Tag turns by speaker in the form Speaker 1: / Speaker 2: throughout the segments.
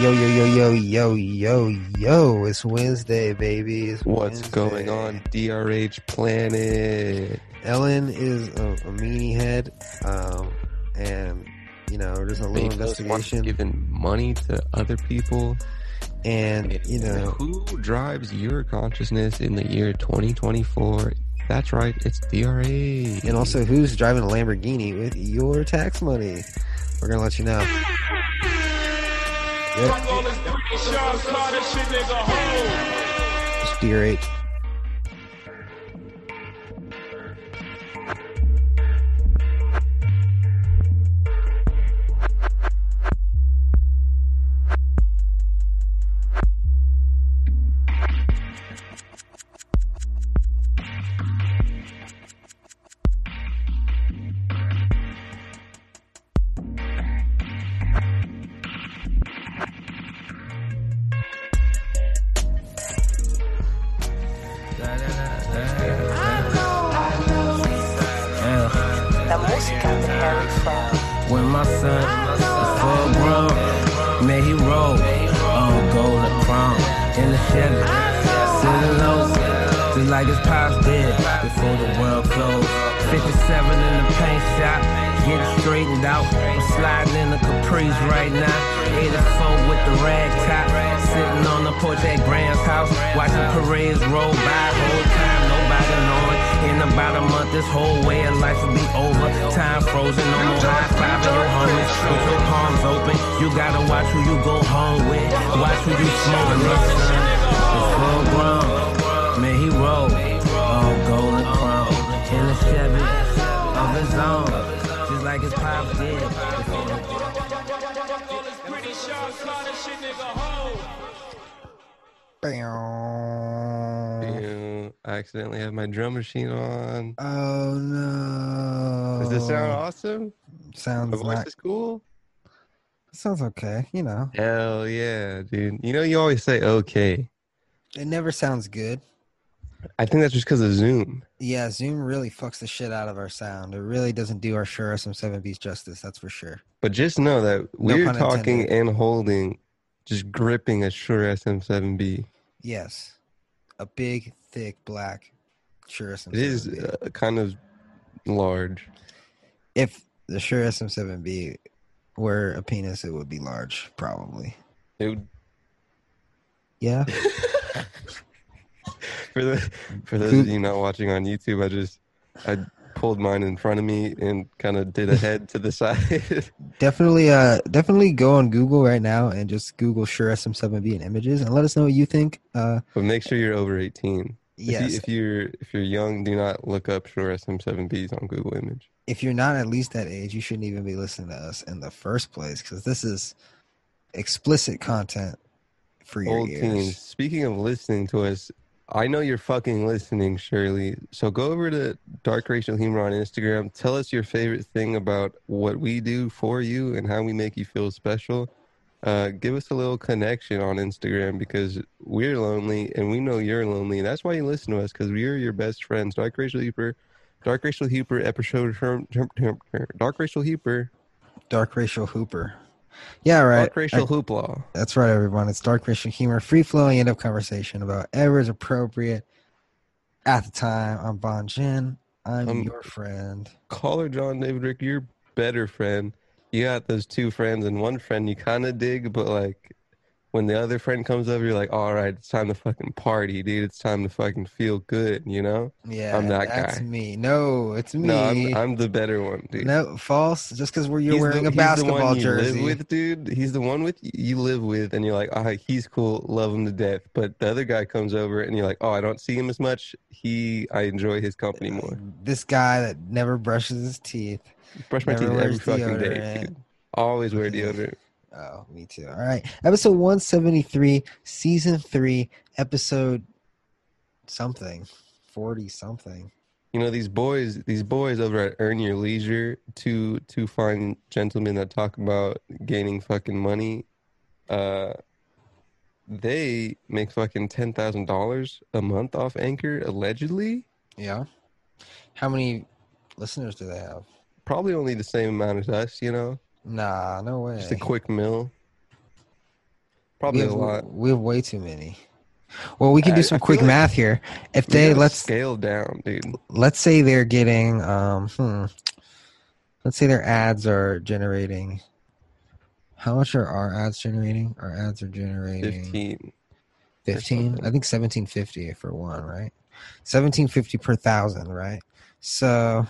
Speaker 1: Yo, yo, yo, yo, yo, yo, yo. It's Wednesday, baby. It's
Speaker 2: What's going
Speaker 1: Wednesday.
Speaker 2: on, DRH Planet?
Speaker 1: Ellen is a, a meanie head. Um, and, you know, there's a little
Speaker 2: Make us want to
Speaker 1: investigation.
Speaker 2: giving money to other people.
Speaker 1: and, you know,
Speaker 2: who drives your consciousness in the year 2024? That's right, it's DRH.
Speaker 1: and also who's driving a Lamborghini with your tax money? We're going to let you know. Yep,
Speaker 3: All this freaking shots, call this shit nigga home.
Speaker 1: it's dear eight.
Speaker 4: Yeah.
Speaker 5: La música de Harry Brown.
Speaker 4: When my son is full grown, may he roll on gold and chrome in the Chevy. Sitting low, just like his pops did before the world closed. 57 in the paint shop, getting straightened out. I'm sliding in the Caprice right now. 84 with the rag top, sitting on the porch at Grand's house, watching parades roll by. Whole time, nobody knowing. In about a month, this whole way of life will be over. Time frozen, no more high five your homies. With your palms open, you gotta watch who you go home with. Watch who you smoke with. It's full grown, man, he roll. All gold and chrome. In a Chevy of his own, just like his pops did. before the
Speaker 3: All this pretty shots, call this shit nigga home.
Speaker 2: Ew, I accidentally have my drum machine on.
Speaker 1: Oh, no.
Speaker 2: Does this sound awesome? My
Speaker 1: Sounds,
Speaker 2: voice
Speaker 1: Oh. not,
Speaker 2: is cool?
Speaker 1: sounds okay, you know.
Speaker 2: Hell yeah, dude. You know, you always say okay.
Speaker 1: It never sounds good.
Speaker 2: I think that's just because of Zoom.
Speaker 1: Yeah, Zoom really fucks the shit out of our sound. It really doesn't do our Sure SM7 Beats justice, that's for sure.
Speaker 2: But just know that we're
Speaker 1: pun
Speaker 2: talking
Speaker 1: intended.
Speaker 2: and holding, just gripping a Shure SM7B.
Speaker 1: Yes. A big, thick, black Sure SM7B.
Speaker 2: It is uh, kind of large.
Speaker 1: If the Sure SM7B were a penis, it would be large, probably.
Speaker 2: It would,
Speaker 1: Yeah.
Speaker 2: for the for those of you not watching on YouTube, I just I pulled mine in front of me and kind of did a head to the side.
Speaker 1: definitely uh definitely go on Google right now and just Google Sure SM7B and images and let us know what you think. Uh
Speaker 2: but make sure you're over 18. If you-
Speaker 1: yes.
Speaker 2: If, you, are if you're young, do not look up Shure SM7Bs on Google Image.
Speaker 1: if you're not at least that age, you shouldn't even be listening to us in the first place because this is explicit content for your
Speaker 2: Old
Speaker 1: ears.
Speaker 2: teens. Speaking of listening to us, I know you're fucking listening, Shirley. So go over to Dark Racial Humor on Instagram. Tell us your favorite thing about what we do for you and how we make you feel special. Uh, give us a little connection on Instagram because we're lonely and we know you're lonely. That's why you listen to us because we're your best friends. Dark Racial Humor, Dark Racial Humor episode, Dark Racial Humor,
Speaker 1: Dark Racial Hooper. Yeah, right.
Speaker 2: Dark Racial Hoopla.
Speaker 1: That's right, everyone. It's dark racial humor, free flowing end up conversation about ever is appropriate at the time. I'm Bon Jin. I'm
Speaker 2: Um,
Speaker 1: your friend.
Speaker 2: caller John David Rick, your better friend. You got those two friends and one friend you kind of dig, but like when the other friend comes over, you're like, all right, it's time to fucking party, dude. It's time to fucking feel good, you know?
Speaker 1: Yeah,
Speaker 2: I'm that
Speaker 1: that's
Speaker 2: guy.
Speaker 1: me. No, it's me.
Speaker 2: No, I'm, I'm the better one, dude.
Speaker 1: no, false. Just because we're you're
Speaker 2: He's the-
Speaker 1: wearing a
Speaker 2: he's the one
Speaker 1: basketball
Speaker 2: you
Speaker 1: jersey.
Speaker 2: Live with, dude. He's the one with you live with, and you're like, all right, he's cool, love him to death. But the other guy comes over, and you're like, oh, I don't see him as much. He, I enjoy his company
Speaker 1: Uh,
Speaker 2: more.
Speaker 1: This guy that never brushes his teeth.
Speaker 2: Brush my
Speaker 1: Never
Speaker 2: teeth every
Speaker 1: wears
Speaker 2: fucking day,
Speaker 1: deodorant.
Speaker 2: dude. Always wear
Speaker 1: Yeah.
Speaker 2: deodorant.
Speaker 1: Oh, me too. All right. Episode 173, season three, episode something, 40 something.
Speaker 2: you know these boys these boys over at earn your leisure two two fine gentlemen that talk about gaining fucking money uh they make fucking ten thousand dollars a month off anchor allegedly
Speaker 1: Yeah. How many listeners do they have?
Speaker 2: probably only the same amount as us you know
Speaker 1: Nah, no way.
Speaker 2: just a quick mill
Speaker 1: We
Speaker 2: Probably
Speaker 1: have,
Speaker 2: a lot.
Speaker 1: we have way too many. Well, we can do
Speaker 2: I-
Speaker 1: some
Speaker 2: I feel
Speaker 1: quick
Speaker 2: like-
Speaker 1: math here. If
Speaker 2: We
Speaker 1: they
Speaker 2: gotta
Speaker 1: let's
Speaker 2: scale down, dude.
Speaker 1: let's say they're getting um hmm, let's say their ads are generating how much are our ads generating our ads are generating 15,
Speaker 2: Fifteen. something.
Speaker 1: i think 1750 for one right 1750 per thousand right so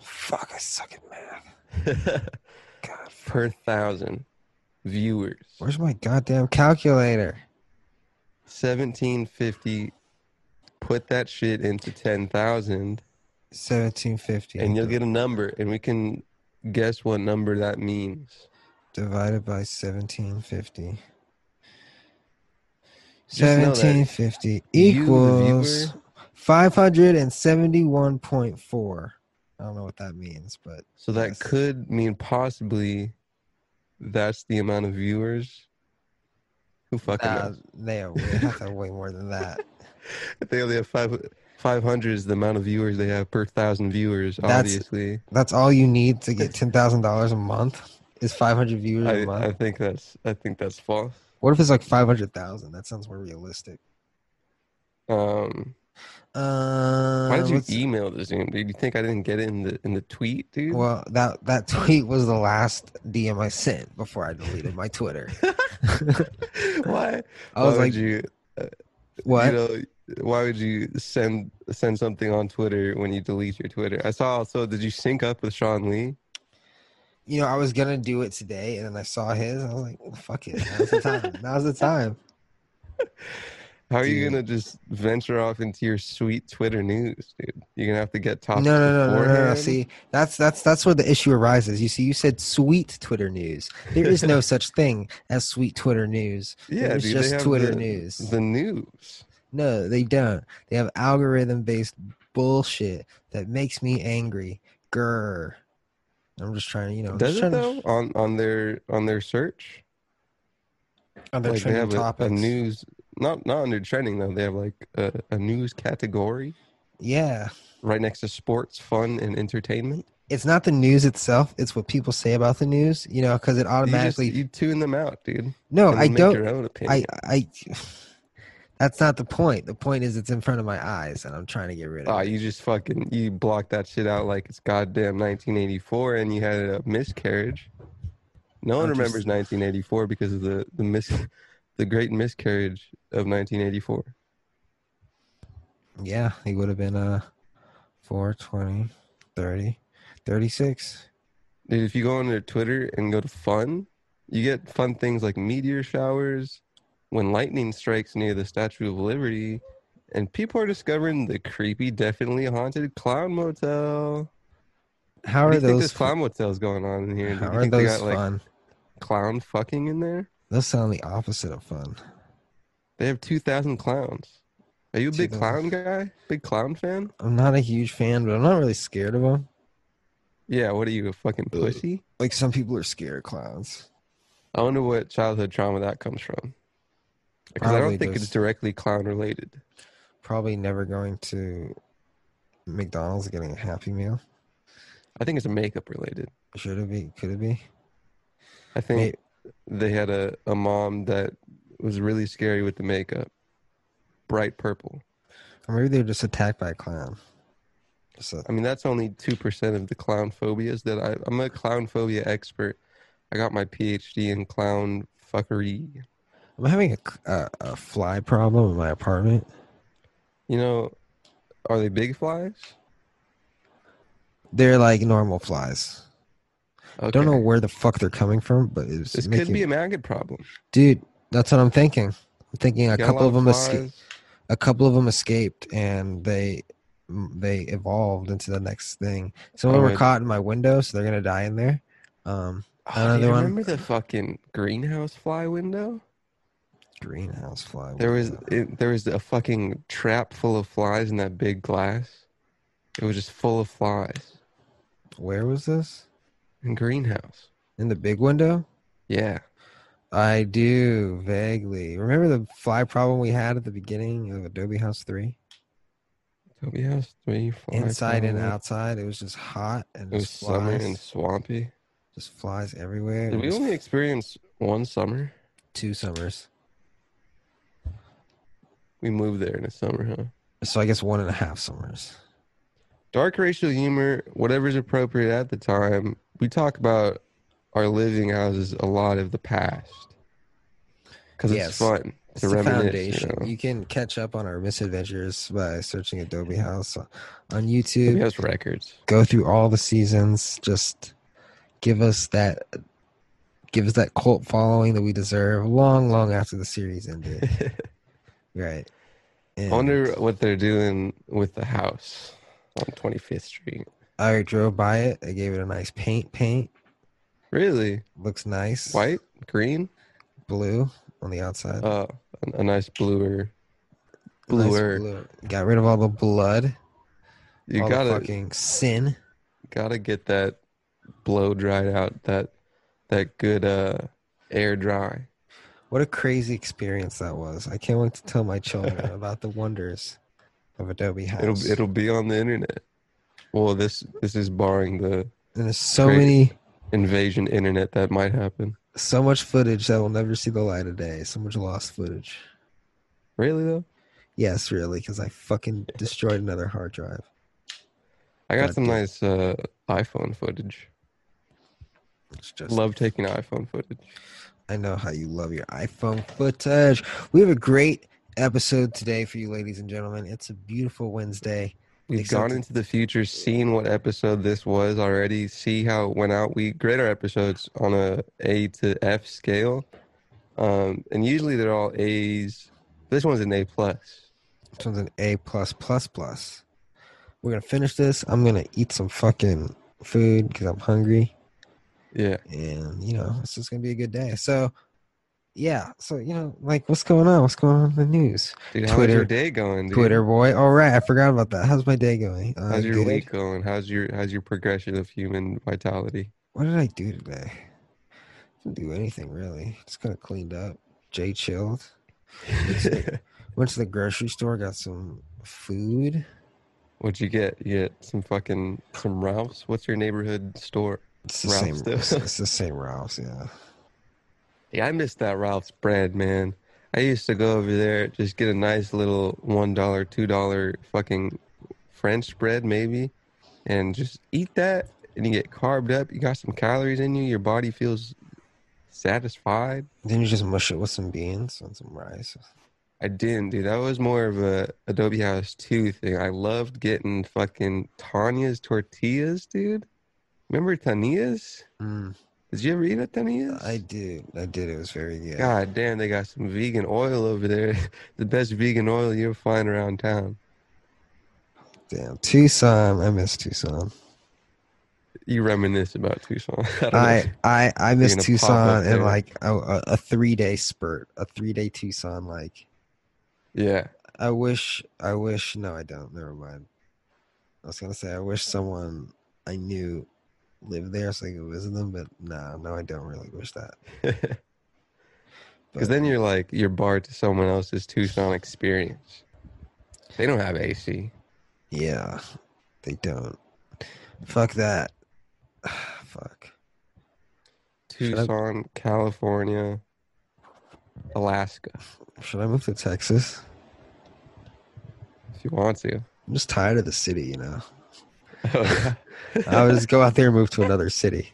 Speaker 1: fuck i suck at math god
Speaker 2: per thousand viewers.
Speaker 1: where's my goddamn calculator
Speaker 2: Seventeen fifty. Put that shit into ten thousand,
Speaker 1: 1750
Speaker 2: and you'll get a number, and we can guess what number that means.
Speaker 1: divided by 1750
Speaker 2: Just know that
Speaker 1: 1750
Speaker 2: you, the
Speaker 1: equals
Speaker 2: viewer-
Speaker 1: 571.4 i don't know what that means but
Speaker 2: So that
Speaker 1: Yes.
Speaker 2: could mean possibly that's the amount of viewers. Who fucking
Speaker 1: uh,
Speaker 2: knows?
Speaker 1: they are way, have to have way more than that
Speaker 2: They only have five. 500 is the amount of viewers they have per thousand viewers,
Speaker 1: That's-
Speaker 2: obviously.
Speaker 1: that's all you need to get $10000 a month is 500 viewers a
Speaker 2: I,
Speaker 1: month
Speaker 2: I think that's I think that's false.
Speaker 1: what if it's like 500000 that sounds more realistic
Speaker 2: Um,
Speaker 1: uh,
Speaker 2: why did you
Speaker 1: let's-
Speaker 2: email this dude? Did you think I didn't get it in the in the tweet, dude?
Speaker 1: Well, that that tweet was the last DM I sent before I deleted my Twitter.
Speaker 2: why?
Speaker 1: I was like,
Speaker 2: why would you,
Speaker 1: "What?
Speaker 2: you know, why would you send send something on Twitter when you delete your Twitter? I saw also. Did you sync up with Sean Lee?
Speaker 1: you know, I was gonna do it today, and then I saw his, and I was like, well, "Fuck it, now's the time. Now's the time."
Speaker 2: How are you
Speaker 1: Dude.
Speaker 2: gonna just venture off into your sweet Twitter news, dude? You're gonna have to get
Speaker 1: No,
Speaker 2: topics.
Speaker 1: no, no, no, no, no.
Speaker 2: beforehand?
Speaker 1: See, that's that's that's where the issue arises. You see, you said sweet Twitter news. There is no such thing as sweet Twitter news.
Speaker 2: yeah,
Speaker 1: it's
Speaker 2: dude,
Speaker 1: just
Speaker 2: they have
Speaker 1: Twitter
Speaker 2: the-
Speaker 1: news.
Speaker 2: The news.
Speaker 1: No, they don't. They have algorithm based bullshit that makes me angry. Grr. I'm just trying to, you know, I'm just
Speaker 2: Does it
Speaker 1: trying to-
Speaker 2: though on on their on their search?
Speaker 1: on their
Speaker 2: like they
Speaker 1: trending
Speaker 2: have a, a
Speaker 1: topics.
Speaker 2: news not not under trending though they have like a, a news category
Speaker 1: Yeah.
Speaker 2: right next to sports fun and entertainment
Speaker 1: It's not the news itself, it's what people say about the news, you know, because it
Speaker 2: you, just,
Speaker 1: automatically.
Speaker 2: you tune them out dude
Speaker 1: no,
Speaker 2: and
Speaker 1: I
Speaker 2: make
Speaker 1: don't.
Speaker 2: your own
Speaker 1: I,
Speaker 2: opinion
Speaker 1: I, that's not the point. The point is it's in front of my eyes and I'm trying to get rid of
Speaker 2: Ah,
Speaker 1: it.
Speaker 2: you just fucking you block that shit out like it's goddamn 1984 and you had a miscarriage no one
Speaker 1: I'm just-
Speaker 2: remembers 1984 because of the the mis the great miscarriage of 1984
Speaker 1: Yeah, he would have been uh 4, 20, 30, 36.
Speaker 2: Dude, if you go on their Twitter and go to fun, you get fun things like meteor showers, when lightning strikes near the Statue of Liberty, and people are discovering the creepy, definitely haunted clown motel.
Speaker 1: How
Speaker 2: What do
Speaker 1: are
Speaker 2: you think this
Speaker 1: those?
Speaker 2: clown motel's going on in here? dude?
Speaker 1: How
Speaker 2: you
Speaker 1: are
Speaker 2: think they
Speaker 1: those
Speaker 2: got like
Speaker 1: fun?
Speaker 2: clown fucking in there?
Speaker 1: Those sound the opposite of fun.
Speaker 2: They have two thousand clowns. Are you a big
Speaker 1: 2,000.
Speaker 2: clown guy? Big clown fan?
Speaker 1: I'm not a huge fan, but I'm not really scared of them.
Speaker 2: Yeah. What are you, a fucking pussy?
Speaker 1: Like some people are scared of clowns.
Speaker 2: I wonder what childhood trauma that comes from. Because I
Speaker 1: Probably
Speaker 2: don't think
Speaker 1: just-
Speaker 2: it's directly clown related.
Speaker 1: Probably never going to McDonald's getting a Happy Meal.
Speaker 2: I think it's makeup related.
Speaker 1: Should it be? Could it be?
Speaker 2: I think they had a, a mom that was really scary with the makeup, bright purple.
Speaker 1: Or maybe they're just attacked by a clown. Just a-
Speaker 2: I mean, that's only 2% of the clown phobias that I, I'm a clown phobia expert. I got my PhD in clown fuckery.
Speaker 1: I'm having a, c- a- a fly problem in my apartment.
Speaker 2: You know, are they big flies?
Speaker 1: They're like normal flies.
Speaker 2: Okay.
Speaker 1: Don't know where the fuck they're coming from, but it's
Speaker 2: This could
Speaker 1: making,
Speaker 2: be a maggot problem.
Speaker 1: dude. That's what I'm thinking. I'm thinking a
Speaker 2: Got
Speaker 1: couple
Speaker 2: lot
Speaker 1: of them escaped.
Speaker 2: flies.
Speaker 1: a couple of them escaped and they they evolved into the next thing. Some of them were
Speaker 2: Alright.
Speaker 1: caught in my window, so they're gonna die in there. Um,
Speaker 2: Oh, do
Speaker 1: Another
Speaker 2: you
Speaker 1: one.
Speaker 2: remember the fucking greenhouse fly window?
Speaker 1: greenhouse fly.
Speaker 2: There was
Speaker 1: window.
Speaker 2: it, there was a fucking trap full of flies in that big glass. It was just full of flies
Speaker 1: where was this
Speaker 2: in greenhouse.
Speaker 1: in the big window?
Speaker 2: Yeah,
Speaker 1: I do vaguely remember the fly problem we had at the beginning of Adobe House Three,
Speaker 2: Toby House three fly
Speaker 1: inside and
Speaker 2: problem.
Speaker 1: outside. It was just hot and
Speaker 2: Oh, It was
Speaker 1: just
Speaker 2: summer
Speaker 1: flies,
Speaker 2: and swampy.
Speaker 1: just flies everywhere.
Speaker 2: Did
Speaker 1: and
Speaker 2: we
Speaker 1: just-
Speaker 2: only experience one summer?
Speaker 1: two summers.
Speaker 2: We moved there in the summer, huh?
Speaker 1: So I guess one and a half summers.
Speaker 2: dark racial humor, whatever's appropriate at the time. We talk about our living houses a lot of the past because
Speaker 1: Yes.
Speaker 2: it's fun
Speaker 1: It's
Speaker 2: to
Speaker 1: the
Speaker 2: reminisce.
Speaker 1: foundation.
Speaker 2: You know?
Speaker 1: You can catch up on our misadventures by searching Adobe
Speaker 2: Mm-hmm.
Speaker 1: House on
Speaker 2: Who
Speaker 1: YouTube.
Speaker 2: has records?
Speaker 1: Go through all the seasons. Just give us that give us that cult following that we deserve long, long after the series ended. right.
Speaker 2: I
Speaker 1: And
Speaker 2: wonder what they're doing with the house on 25th Street.
Speaker 1: I drove by it. I gave it a nice paint paint.
Speaker 2: Really?
Speaker 1: Looks nice.
Speaker 2: White? Green?
Speaker 1: Blue on the outside.
Speaker 2: Uh, a, a nice bluer.
Speaker 1: Nice
Speaker 2: Bluer.
Speaker 1: blue. Got rid of all the blood.
Speaker 2: You
Speaker 1: all
Speaker 2: gotta
Speaker 1: the fucking sin.
Speaker 2: gotta get that blow dried out. That that good uh air dry.
Speaker 1: What a crazy experience that was. I can't wait to tell my children about the wonders of Adobe House.
Speaker 2: It'll it'll be on the internet. Well, this this is barring the
Speaker 1: and there's so
Speaker 2: Great.
Speaker 1: many,
Speaker 2: invasion internet that might happen.
Speaker 1: so much footage that will never see the light of day. So much lost footage.
Speaker 2: Really though,
Speaker 1: Yes, really, because I fucking destroyed another hard drive.
Speaker 2: I got
Speaker 1: God
Speaker 2: some
Speaker 1: damn.
Speaker 2: nice uh, iPhone footage.
Speaker 1: It's just
Speaker 2: Love taking iPhone footage.
Speaker 1: I know how you love your iPhone footage. We have a great episode today for you, ladies and gentlemen. It's a beautiful Wednesday.
Speaker 2: We've
Speaker 1: Except-
Speaker 2: gone into the future, seen what episode this was already, see how it went out. We grade our episodes on a A to F scale, um, and usually they're all A's. This one's an A plus.
Speaker 1: This one's an A plus plus plus. We're gonna finish this. I'm gonna eat some fucking food because I'm hungry.
Speaker 2: Yeah,
Speaker 1: and you know it's just gonna be a good day so yeah so you know like what's going on what's going on in the news
Speaker 2: dude. How's your
Speaker 1: Twitter-
Speaker 2: day going? Dude?
Speaker 1: twitter boy all right i forgot about that how's my day going uh,
Speaker 2: How's your
Speaker 1: good.
Speaker 2: week going? How's your how's your progression of human vitality?
Speaker 1: what did i do today didn't do anything really just kind of cleaned up jay chilled went to the grocery store got some food
Speaker 2: What'd you get? You get some fucking some Ralph's. What's your neighborhood store?
Speaker 1: it's the
Speaker 2: Ralph's
Speaker 1: same
Speaker 2: too.
Speaker 1: it's, it's the same ralph's yeah
Speaker 2: Yeah, I miss that Ralph's bread, man. I used to go over there, just get a nice little one dollar, two dollar fucking French bread, maybe, and just eat that. And you get carved up. You got some calories in you. Your body feels satisfied.
Speaker 1: then you just mush it with some beans and some rice
Speaker 2: I didn't, dude. That was more of a Adobe House 2 thing. I loved getting fucking Tanya's tortillas, dude. Remember Tanya's?
Speaker 1: mm,
Speaker 2: Did you ever eat at Tanya's?
Speaker 1: i did i did it was very good
Speaker 2: God damn, they got some vegan oil over there. the best vegan oil you'll find around town.
Speaker 1: damn tucson i miss tucson
Speaker 2: You reminisce about Tucson. I, don't
Speaker 1: I I I missed
Speaker 2: gonna pop up
Speaker 1: Tucson
Speaker 2: there.
Speaker 1: and like a, a, a three day spurt, a three day Tucson. Like
Speaker 2: know. yeah.
Speaker 1: I wish, I wish. No, I don't. Never mind. I was gonna say I wish someone I knew lived there so I could visit them, but no, no, I don't really wish that.
Speaker 2: Because then you're like you're barred to someone else's Tucson experience. They don't have AC.
Speaker 1: yeah, they don't. Fuck that. Fuck. Should I-
Speaker 2: Tucson, California, Alaska.
Speaker 1: Should I move to Texas?
Speaker 2: If you want to.
Speaker 1: I'm just tired of the city, you know.
Speaker 2: Oh,
Speaker 1: I would just go out there and move to another city.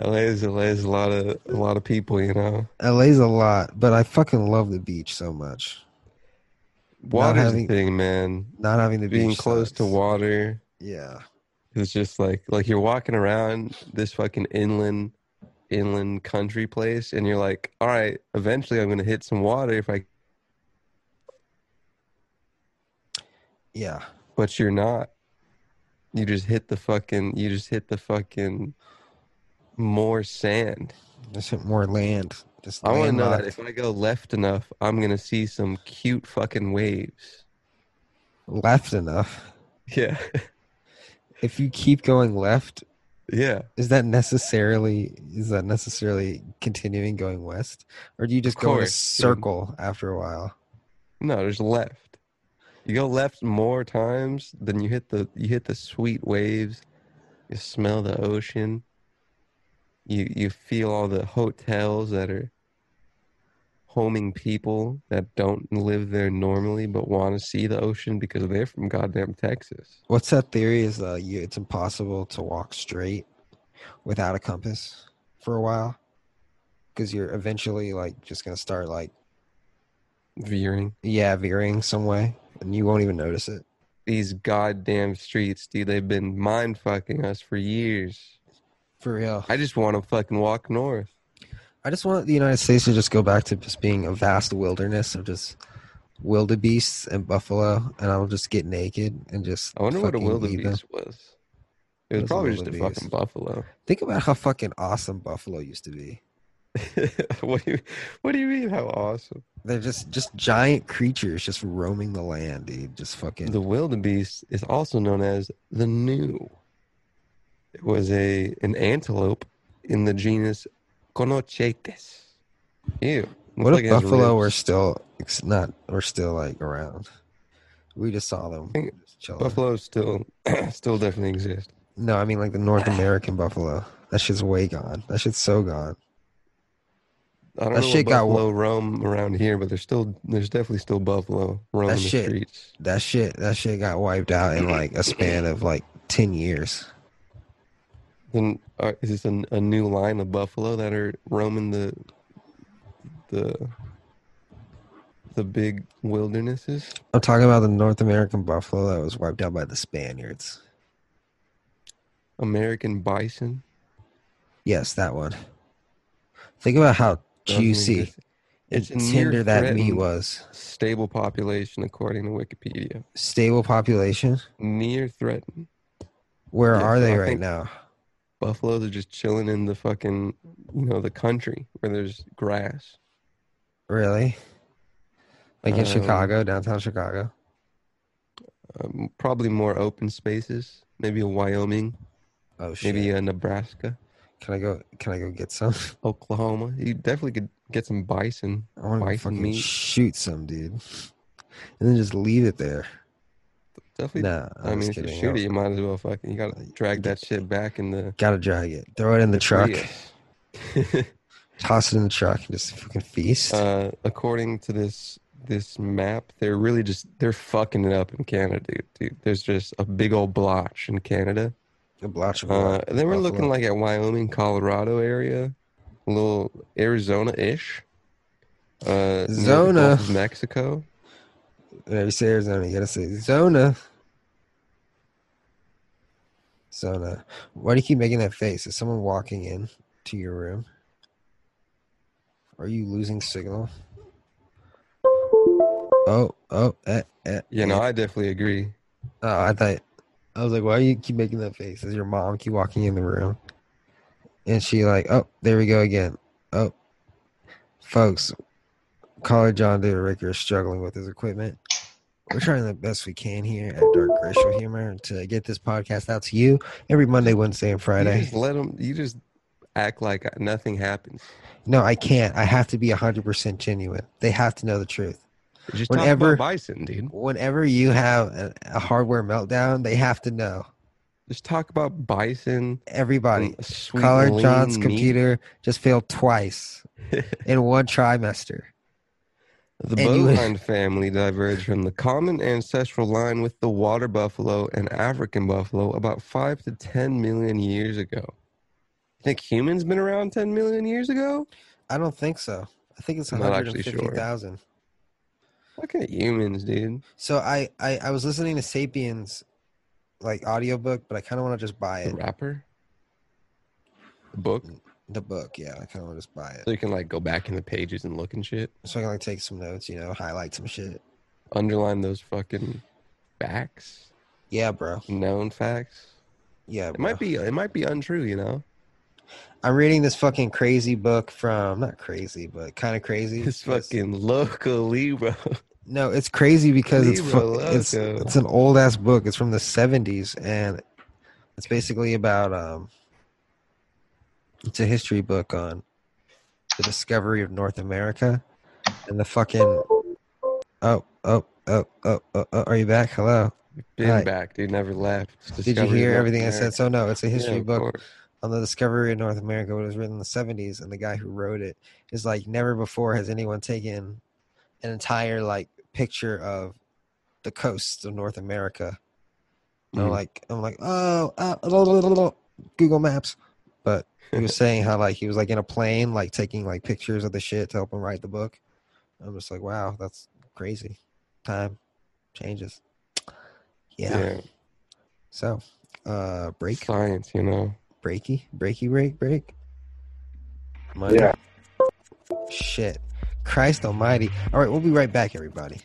Speaker 2: LA is LA is a lot of a lot of people, you know.
Speaker 1: LA's a lot, but I fucking love the beach so much.
Speaker 2: Water's
Speaker 1: having-
Speaker 2: the thing, man.
Speaker 1: Not having the
Speaker 2: Being
Speaker 1: beach
Speaker 2: close to
Speaker 1: sucks.
Speaker 2: water.
Speaker 1: Yeah,
Speaker 2: It's just like like you're walking around this fucking inland inland country place and you're like, all right, eventually I'm gonna hit some water if I
Speaker 1: yeah.
Speaker 2: but you're not. You just hit the fucking you just hit the fucking more sand.
Speaker 1: Just hit more land. Just
Speaker 2: I wanna know that
Speaker 1: landlocked.
Speaker 2: if I go left enough, I'm gonna see some cute fucking waves.
Speaker 1: left enough.
Speaker 2: Yeah.
Speaker 1: If you keep going left,
Speaker 2: yeah.
Speaker 1: is that necessarily is that necessarily continuing going west, or do you just
Speaker 2: Of
Speaker 1: go in a
Speaker 2: course, dude.
Speaker 1: circle after a while?
Speaker 2: No, there's left. You go left more times than you hit the you hit the sweet waves. You smell the ocean. You you feel all the hotels that are homing people that don't live there normally but want to see the ocean because they're from goddamn Texas.
Speaker 1: What's that theory? Is uh, you, it's impossible to walk straight without a compass for a while because you're eventually like just gonna start like
Speaker 2: Veering
Speaker 1: yeah veering some way and you won't even notice it.
Speaker 2: these goddamn streets, dude, they've been mind fucking us for years.
Speaker 1: For real,
Speaker 2: I just want to fucking walk north.
Speaker 1: I just want the United States to just go back to just being a vast wilderness of just wildebeests and buffalo, and I'll just get naked and just.
Speaker 2: I wonder what a
Speaker 1: fucking eat them.
Speaker 2: wildebeest was. It
Speaker 1: What is
Speaker 2: was
Speaker 1: a
Speaker 2: probably just a
Speaker 1: wildebeest?
Speaker 2: fucking buffalo.
Speaker 1: Think about how fucking awesome buffalo used to be.
Speaker 2: what do you What do you mean? How awesome?
Speaker 1: They're just just giant creatures just roaming the land, dude. Just fucking.
Speaker 2: The wildebeest is also known as the new. It was a an antelope in the genus Conochetes. Ew.
Speaker 1: what
Speaker 2: Looks
Speaker 1: if
Speaker 2: it has
Speaker 1: buffalo were
Speaker 2: ribs.
Speaker 1: still it's not We're still like around? We just saw them.
Speaker 2: think
Speaker 1: just chilling.
Speaker 2: Buffaloes still still definitely exist.
Speaker 1: No, I mean like the North American buffalo. That shit's way gone. That shit's so gone.
Speaker 2: I don't
Speaker 1: That
Speaker 2: know
Speaker 1: shit
Speaker 2: shit
Speaker 1: got wo-
Speaker 2: buffalo roam around here, but there's still there's definitely still buffalo roaming the
Speaker 1: shit-
Speaker 2: streets.
Speaker 1: That shit. That shit got wiped out in like a span of like ten years.
Speaker 2: Then uh, is this a, a new line of buffalo that are roaming the the the big wildernesses?
Speaker 1: I'm talking about the North American buffalo that was wiped out by the Spaniards.
Speaker 2: American bison.
Speaker 1: Yes, that one. Think about how
Speaker 2: doesn't
Speaker 1: juicy
Speaker 2: exist.
Speaker 1: and
Speaker 2: It's a near
Speaker 1: tender that meat
Speaker 2: threatened-
Speaker 1: was.
Speaker 2: Stable population, according to Wikipedia.
Speaker 1: Stable population.
Speaker 2: Near threatened.
Speaker 1: Where
Speaker 2: Yeah,
Speaker 1: are
Speaker 2: so
Speaker 1: they
Speaker 2: I
Speaker 1: right
Speaker 2: think-
Speaker 1: now?
Speaker 2: Buffaloes are just chilling in the fucking, you know, the country where there's grass.
Speaker 1: Really? Like in
Speaker 2: Um,
Speaker 1: Chicago, downtown Chicago.
Speaker 2: Um, probably more open spaces. Maybe a Wyoming.
Speaker 1: Oh shit!
Speaker 2: Maybe uh, Nebraska.
Speaker 1: uh, Can I go? Can I go get some?
Speaker 2: Oklahoma. You definitely could get some bison.
Speaker 1: I want to
Speaker 2: Bison
Speaker 1: fucking
Speaker 2: meat.
Speaker 1: shoot some, dude, and then just leave it there.
Speaker 2: Definitely.
Speaker 1: Nah, I'm
Speaker 2: I mean,
Speaker 1: just
Speaker 2: if you
Speaker 1: kidding.
Speaker 2: shoot it, you might as well fucking. You gotta drag that shit back in the,
Speaker 1: Gotta drag it. Throw it in the, truck.
Speaker 2: Prius.
Speaker 1: Toss it in the truck and just fucking feast.
Speaker 2: uh, according to this this map, they're really just they're fucking it up in Canada, dude. dude there's just a big old blotch in Canada.
Speaker 1: a blotch of
Speaker 2: Uh,
Speaker 1: blood.
Speaker 2: they were
Speaker 1: Buffalo.
Speaker 2: looking like at Wyoming, Colorado area, a little Arizona ish. Uh, near the
Speaker 1: Zona.
Speaker 2: Gulf of Mexico.
Speaker 1: Whenever you say Arizona, you gotta say Zona. Zona. Why do you keep making that face? Is someone walking in to your room? Are you losing signal? Oh, oh, eh, eh.
Speaker 2: You
Speaker 1: eh.
Speaker 2: know, I definitely agree.
Speaker 1: Oh, I thought I was like, why do you keep making that face? Does your mom keep walking in the room? And she like, oh, there we go again. Oh, folks, caller John Dudericker is struggling with his equipment. We're trying the best we can here at Dark Racial Humor to get this podcast out to you every Monday, Wednesday, and
Speaker 2: You
Speaker 1: Friday.
Speaker 2: just let them. You just act like nothing happens.
Speaker 1: No, I can't. I have to be 100% genuine. They have to know the truth.
Speaker 2: Just
Speaker 1: Whenever-
Speaker 2: talk about bison, dude.
Speaker 1: Whenever you have a, a hardware meltdown, they have to know.
Speaker 2: Just talk about bison.
Speaker 1: Everybody.
Speaker 2: and Sweet
Speaker 1: Caller
Speaker 2: lean
Speaker 1: John's
Speaker 2: meat.
Speaker 1: computer just failed twice in one trimester.
Speaker 2: The
Speaker 1: And you-
Speaker 2: bovine family diverged from the common ancestral line with the water buffalo and African buffalo about five to ten million years ago. You think humans been around ten million years ago?
Speaker 1: I don't think so. I think it's
Speaker 2: I'm not actually sure.
Speaker 1: 150,000.
Speaker 2: Fucking humans, dude.
Speaker 1: So I, I I was listening to Sapiens like audiobook, but I kind of want to just buy
Speaker 2: The
Speaker 1: it.
Speaker 2: rapper, the book,
Speaker 1: The book, yeah, I kind of want to just buy
Speaker 2: so
Speaker 1: it.
Speaker 2: you can like go back in the pages and look and shit.
Speaker 1: So I can like take some notes, you know, highlight some shit.
Speaker 2: Underline those fucking facts,
Speaker 1: Yeah, bro.
Speaker 2: known facts.
Speaker 1: Yeah,
Speaker 2: It
Speaker 1: bro.
Speaker 2: might be it might be untrue, you know.
Speaker 1: I'm reading this fucking crazy book from not crazy, but kind of crazy.
Speaker 2: It's
Speaker 1: because-
Speaker 2: fucking local Libra.
Speaker 1: No, it's crazy because it's
Speaker 2: Leave
Speaker 1: fu-
Speaker 2: it
Speaker 1: it's
Speaker 2: alone, yo.
Speaker 1: it's an old ass book. It's from the seventies, and it's basically about um, it's a history book on the discovery of North America and the fucking oh oh oh oh oh, oh, are you back? Hello,
Speaker 2: Been
Speaker 1: Right.
Speaker 2: back, dude. Never left.
Speaker 1: did you hear everything I said? So no, it's a history book on the discovery of North America, but it was written in the 70s, and the guy who wrote it is like, never before has anyone taken an entire like picture of the coast of North America. And I'm
Speaker 2: Mhm.
Speaker 1: like, I'm like, oh, uh, blah, blah, blah, blah, Google Maps. But he was saying how like he was like in a plane, like taking like pictures of the shit to help him write the book. I'm just like, wow, that's crazy. Time changes. Yeah. So, uh, break,
Speaker 2: science, you know.
Speaker 1: breaky, breaky, break, break. Money.
Speaker 6: Yeah.
Speaker 1: Shit. Christ Almighty. All right, we'll be right back, everybody.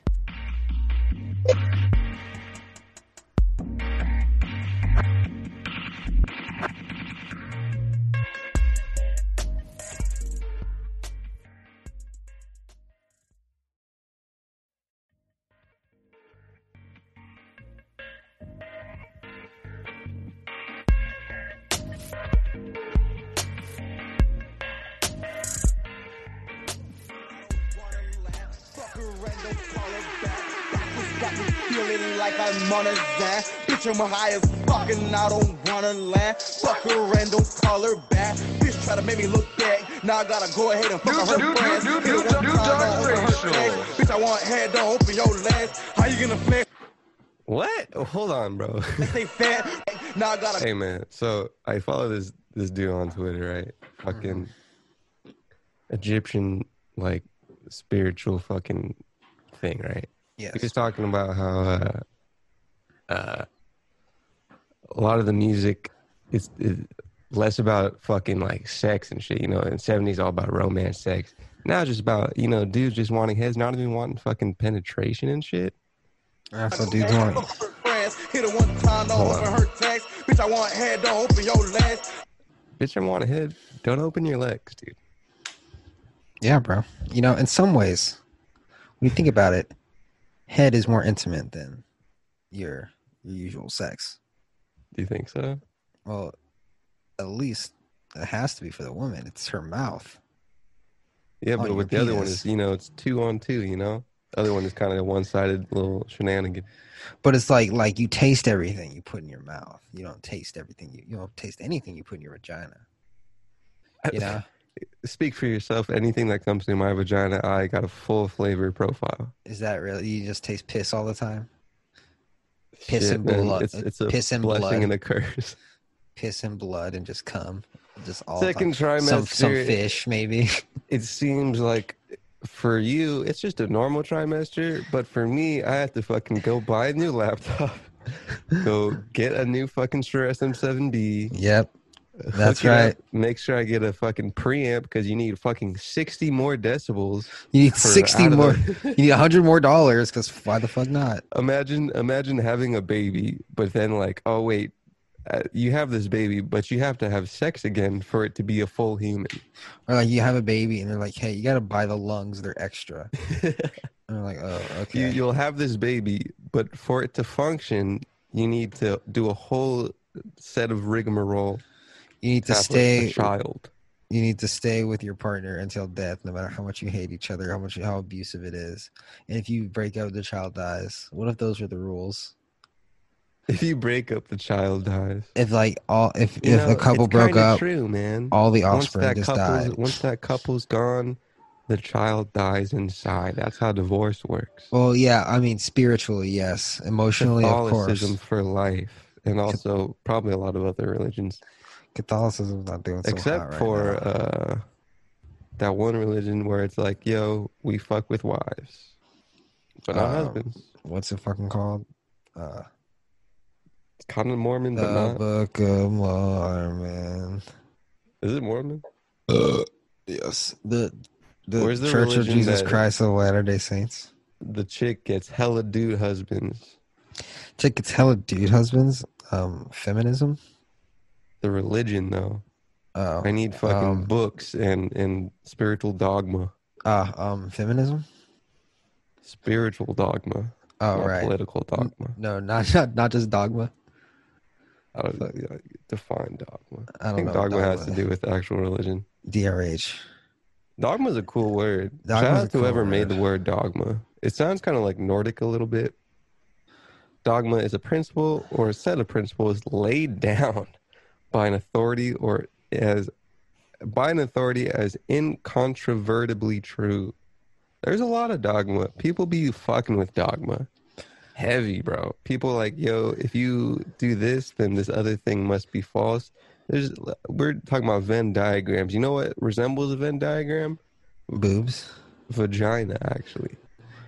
Speaker 7: Got me feeling like I'm on a zan. Bitch, I'm high as fuck and I don't wanna land. Fuck her and don't call her back. Bitch, try to make me look bad. Now I gotta go ahead and fuck her
Speaker 6: New-
Speaker 7: friends.
Speaker 6: new- new-
Speaker 7: Hit her
Speaker 6: new-
Speaker 7: one
Speaker 6: new
Speaker 7: time,
Speaker 6: Dark
Speaker 7: don't open her
Speaker 6: Racial.
Speaker 7: legs. Bitch, I want head, don't open your legs. How you gonna flex?
Speaker 2: What? Oh, hold on, bro.
Speaker 7: Stay fat. Now I gotta
Speaker 2: hey man, so I follow this this dude on Twitter, right? Fucking Egyptian like spiritual fucking thing, right?
Speaker 1: Yes.
Speaker 2: He was talking about how uh, uh, a lot of the music is, is less about fucking like sex and shit. You know, in seventies, all about romance, sex. Now it's just about you know dudes just wanting heads, not even wanting fucking penetration and shit.
Speaker 1: Ah, so, dudes want
Speaker 7: fuck her friends. Hit her one time, don't
Speaker 2: Hold
Speaker 7: open
Speaker 2: on.
Speaker 7: her text. Bitch, I want head, don't open your legs.
Speaker 2: Bitch, I want a head. Don't open your legs, dude.
Speaker 1: Yeah, bro. You know, in some ways, when you think about it, head is more intimate than your your usual sex.
Speaker 2: Do you think so?
Speaker 1: Well, at least it has to be for the woman. It's her mouth.
Speaker 2: Yeah,
Speaker 1: on
Speaker 2: but
Speaker 1: your
Speaker 2: with the other one
Speaker 1: penis.
Speaker 2: is you know it's two on two, you know. The other one is kind of a one sided little shenanigan.
Speaker 1: But it's like like you taste everything you put in your mouth. You don't taste everything you you don't taste anything you put in your vagina. You know?
Speaker 2: Speak for yourself. Anything that comes through my vagina, I got a full flavor profile.
Speaker 1: Is that really you just taste piss all the time? Piss
Speaker 2: Shit,
Speaker 1: and
Speaker 2: man,
Speaker 1: blood.
Speaker 2: It's, it's a
Speaker 1: Piss and
Speaker 2: blessing
Speaker 1: blood.
Speaker 2: and a curse.
Speaker 1: Piss and blood and just cum. Just all the time.
Speaker 2: Second trimester,
Speaker 1: some some
Speaker 2: it-
Speaker 1: fish maybe.
Speaker 2: it seems like for you it's just a normal trimester, but for me, I have to fucking go buy a new laptop, go get a new fucking Shure SM7B.
Speaker 1: yep. That's
Speaker 2: hook it up,
Speaker 1: right.
Speaker 2: make sure I get a fucking preamp because you need fucking sixty more decibels.
Speaker 1: You need
Speaker 2: for
Speaker 1: sixty
Speaker 2: out of
Speaker 1: more.
Speaker 2: the-
Speaker 1: you need hundred more dollars because why the fuck not?
Speaker 2: imagine, imagine having a baby, but then like, oh wait, uh, you have this baby, but you have to have sex again for it to be a full human.
Speaker 1: Or like you have a baby and they're like, hey, you gotta buy the lungs. They're extra. and they're like, oh,
Speaker 2: You,
Speaker 1: okay.
Speaker 2: you'll have this baby, but for it to function, you need to do a whole set of rigmarole
Speaker 1: you need to
Speaker 2: have with the
Speaker 1: stay.
Speaker 2: child.
Speaker 1: You need to stay with your partner until death, no matter how much you hate each other, how much how abusive it is. And if you break up, the child dies. What if those were the rules?
Speaker 2: If you break up, the child dies.
Speaker 1: If like all if
Speaker 2: You
Speaker 1: if
Speaker 2: know,
Speaker 1: the couple
Speaker 2: it's
Speaker 1: broke
Speaker 2: kinda
Speaker 1: up,
Speaker 2: true, man.
Speaker 1: all the
Speaker 2: once
Speaker 1: offspring
Speaker 2: that
Speaker 1: just
Speaker 2: couple's
Speaker 1: died.
Speaker 2: once that couple's gone, the child dies inside. That's how divorce works.
Speaker 1: Well, yeah, I mean spiritually, yes. Emotionally, of course.
Speaker 2: Catholicism for life, and also probably a lot of other religions,
Speaker 1: Catholicism's not doing so hot
Speaker 2: except
Speaker 1: right
Speaker 2: for
Speaker 1: now.
Speaker 2: uh, that one religion where it's like, yo, we fuck with wives, but not
Speaker 1: Um,
Speaker 2: husbands.
Speaker 1: what's it fucking called? Uh,
Speaker 2: It's kind of Mormon, but
Speaker 1: the
Speaker 2: not.
Speaker 1: Book of Mormon.
Speaker 2: Is it Mormon?
Speaker 1: Yes, the the
Speaker 2: Where's the
Speaker 1: Church of
Speaker 2: religion
Speaker 1: Jesus
Speaker 2: that-
Speaker 1: Christ of Latter Day Saints.
Speaker 2: The chick gets hella dude husbands.
Speaker 1: Take it's hella dude husbands. Um, feminism.
Speaker 2: The religion, though,
Speaker 1: Oh,
Speaker 2: I need fucking
Speaker 1: um,
Speaker 2: books and and spiritual dogma.
Speaker 1: uh, um, feminism.
Speaker 2: spiritual dogma,
Speaker 1: Oh,
Speaker 2: not
Speaker 1: right.
Speaker 2: political dogma.
Speaker 1: No, not not not just dogma.
Speaker 2: I don't you know, define dogma.
Speaker 1: I
Speaker 2: I
Speaker 1: don't
Speaker 2: think
Speaker 1: know.
Speaker 2: dogma, has to
Speaker 1: dogma-
Speaker 2: do with actual religion.
Speaker 1: DRH.
Speaker 2: Dogma's a cool word.
Speaker 1: Dogma's
Speaker 2: Shout
Speaker 1: a
Speaker 2: out to
Speaker 1: cool
Speaker 2: whoever made the
Speaker 1: word.
Speaker 2: word dogma. It sounds kind of like Nordic a little bit. Dogma is a principle or a set of principles laid down by an authority or as by an authority as incontrovertibly true. There's a lot of dogma. People be fucking with dogma. Heavy, bro. People like, yo, if you do this, then this other thing must be false. There's we're talking about Venn diagrams. You know what resembles a Venn diagram?
Speaker 1: Boobs.
Speaker 2: Vagina, actually.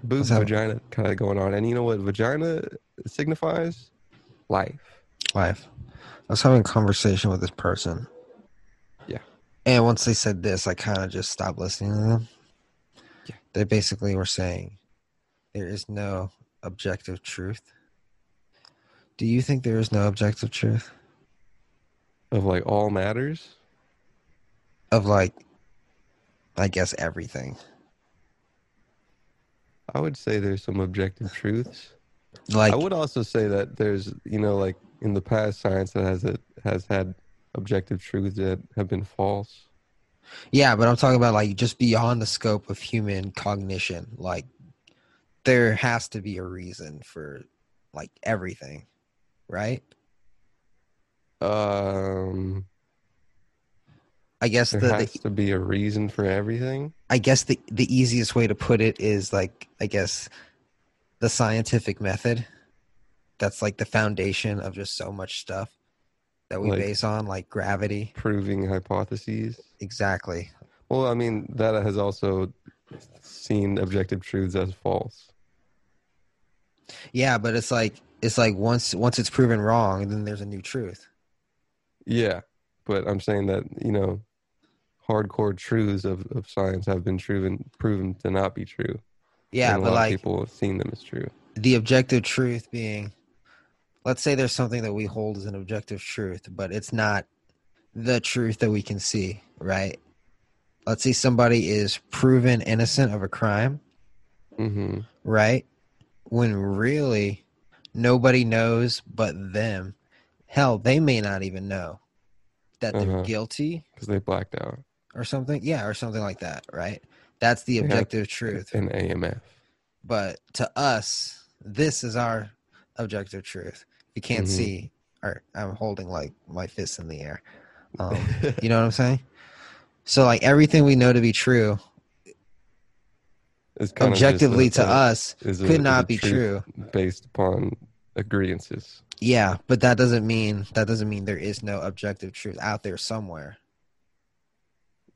Speaker 2: Boob
Speaker 1: Let's have-
Speaker 2: vagina kind of going on. And you know what vagina signifies? Life.
Speaker 1: life. I was having a conversation with this person.
Speaker 2: Yeah.
Speaker 1: And once they said this, I kind of just stopped listening to them.
Speaker 2: Yeah.
Speaker 1: They basically were saying there is no objective truth. Do you think there is no objective truth
Speaker 2: Of like all matters.
Speaker 1: of like, I guess, everything?
Speaker 2: I would say there's some objective truths.
Speaker 1: Like,
Speaker 2: I would also say that there's, you know, like in the past, science that has it has had objective truths that have been false.
Speaker 1: yeah, but I'm talking about like just beyond the scope of human cognition. Like, there has to be a reason for like everything, right?
Speaker 2: Um,
Speaker 1: I guess the,
Speaker 2: there
Speaker 1: the
Speaker 2: has to be a reason for everything.
Speaker 1: I guess the the easiest way to put it is like I guess the scientific method. That's like the foundation of just so much stuff that we
Speaker 2: Like-
Speaker 1: base on, like gravity.
Speaker 2: Proving hypotheses.
Speaker 1: Exactly.
Speaker 2: Well, I mean, that has also seen objective truths as false.
Speaker 1: Yeah, but it's like it's like once once it's proven wrong, then there's a new truth.
Speaker 2: Yeah, but I'm saying that you know, hardcore truths of, of science have been proven proven to not be true.
Speaker 1: Yeah,
Speaker 2: and a
Speaker 1: but
Speaker 2: lot
Speaker 1: like
Speaker 2: of people have seen them as true.
Speaker 1: the objective truth being let's say there's something that we hold as an objective truth but it's not the truth that we can see right let's say somebody is proven innocent of a crime
Speaker 2: hmm
Speaker 1: right when really nobody knows but them hell they may not even know that they're
Speaker 2: Uh-huh.
Speaker 1: guilty
Speaker 2: Because they blacked out.
Speaker 1: or something yeah or something like that right that's the
Speaker 2: Yeah.
Speaker 1: objective truth
Speaker 2: An AMF.
Speaker 1: but to us this is our objective truth you can't
Speaker 2: Mhm.
Speaker 1: see or i'm holding like my fist in the air um, you know what i'm saying so like everything we know to be true
Speaker 2: It's kind of just a-
Speaker 1: objectively to
Speaker 2: a-
Speaker 1: us
Speaker 2: is a-
Speaker 1: could
Speaker 2: is
Speaker 1: not
Speaker 2: a
Speaker 1: be true
Speaker 2: truth Based upon agreeances.
Speaker 1: yeah but that doesn't mean that doesn't mean there is no objective truth out there somewhere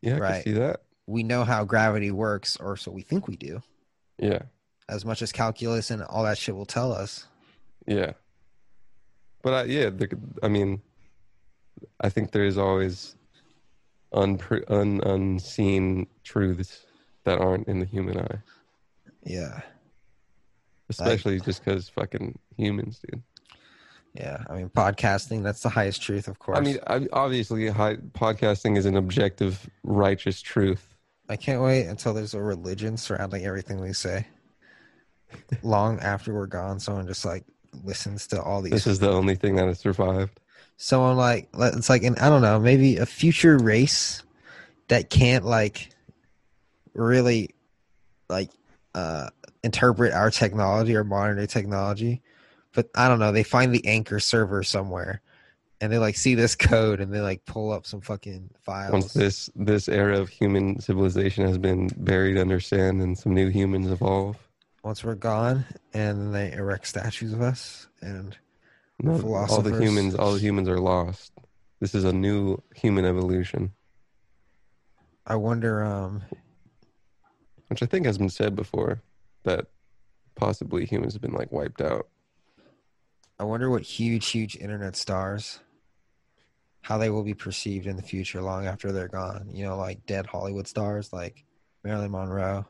Speaker 2: Yeah, I
Speaker 1: Right.
Speaker 2: can see that.
Speaker 1: we know how gravity works or so we think we do
Speaker 2: Yeah,
Speaker 1: as much as calculus and all that shit will tell us
Speaker 2: yeah. But I, yeah, there, could- I mean, I think there is always unpro- un, unseen truths that aren't in the human eye,
Speaker 1: yeah
Speaker 2: especially just because fucking humans, dude.
Speaker 1: yeah i mean podcasting that's the highest truth of course
Speaker 2: I mean, I, obviously, hi, podcasting is an objective, righteous truth.
Speaker 1: I can't wait until there's a religion surrounding everything we say. Long after we're gone, someone just like listens to all these.
Speaker 2: This is the only thing that has survived.
Speaker 1: someone like let- it's like an I don't know, maybe a future race that can't like really like uh interpret our technology or modern day technology. But I don't know, they find the anchor server somewhere and they like see this code and they like pull up some fucking files.
Speaker 2: once this this era of human civilization has been buried under sand and some new humans evolve
Speaker 1: once we're gone and they erect statues of us and
Speaker 2: not- all the
Speaker 1: Philosophers.
Speaker 2: humans all the humans are lost this is a new human evolution
Speaker 1: i wonder um
Speaker 2: which i think has been said before that possibly humans have been like wiped out
Speaker 1: i wonder what huge huge internet stars how they will be perceived in the future long after they're gone you know like dead hollywood stars like marilyn monroe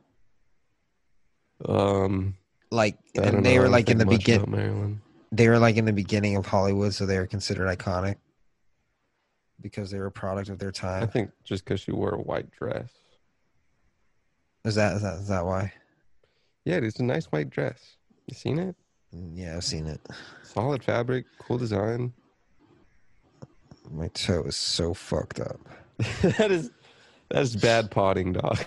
Speaker 2: um
Speaker 1: like
Speaker 2: I
Speaker 1: and
Speaker 2: don't
Speaker 1: they
Speaker 2: know, I
Speaker 1: were
Speaker 2: don't
Speaker 1: like in the
Speaker 2: think much
Speaker 1: begin
Speaker 2: about maryland
Speaker 1: they were like in the beginning of hollywood so they were considered iconic because they were a product of their
Speaker 2: i
Speaker 1: time
Speaker 2: think just because she wore a white dress
Speaker 1: is that is that is that why
Speaker 2: yeah dude, it's a nice white dress you seen it
Speaker 1: Mm, yeah i've seen it
Speaker 2: solid fabric cool design
Speaker 1: my toe is so fucked up
Speaker 2: that is that's bad potting dog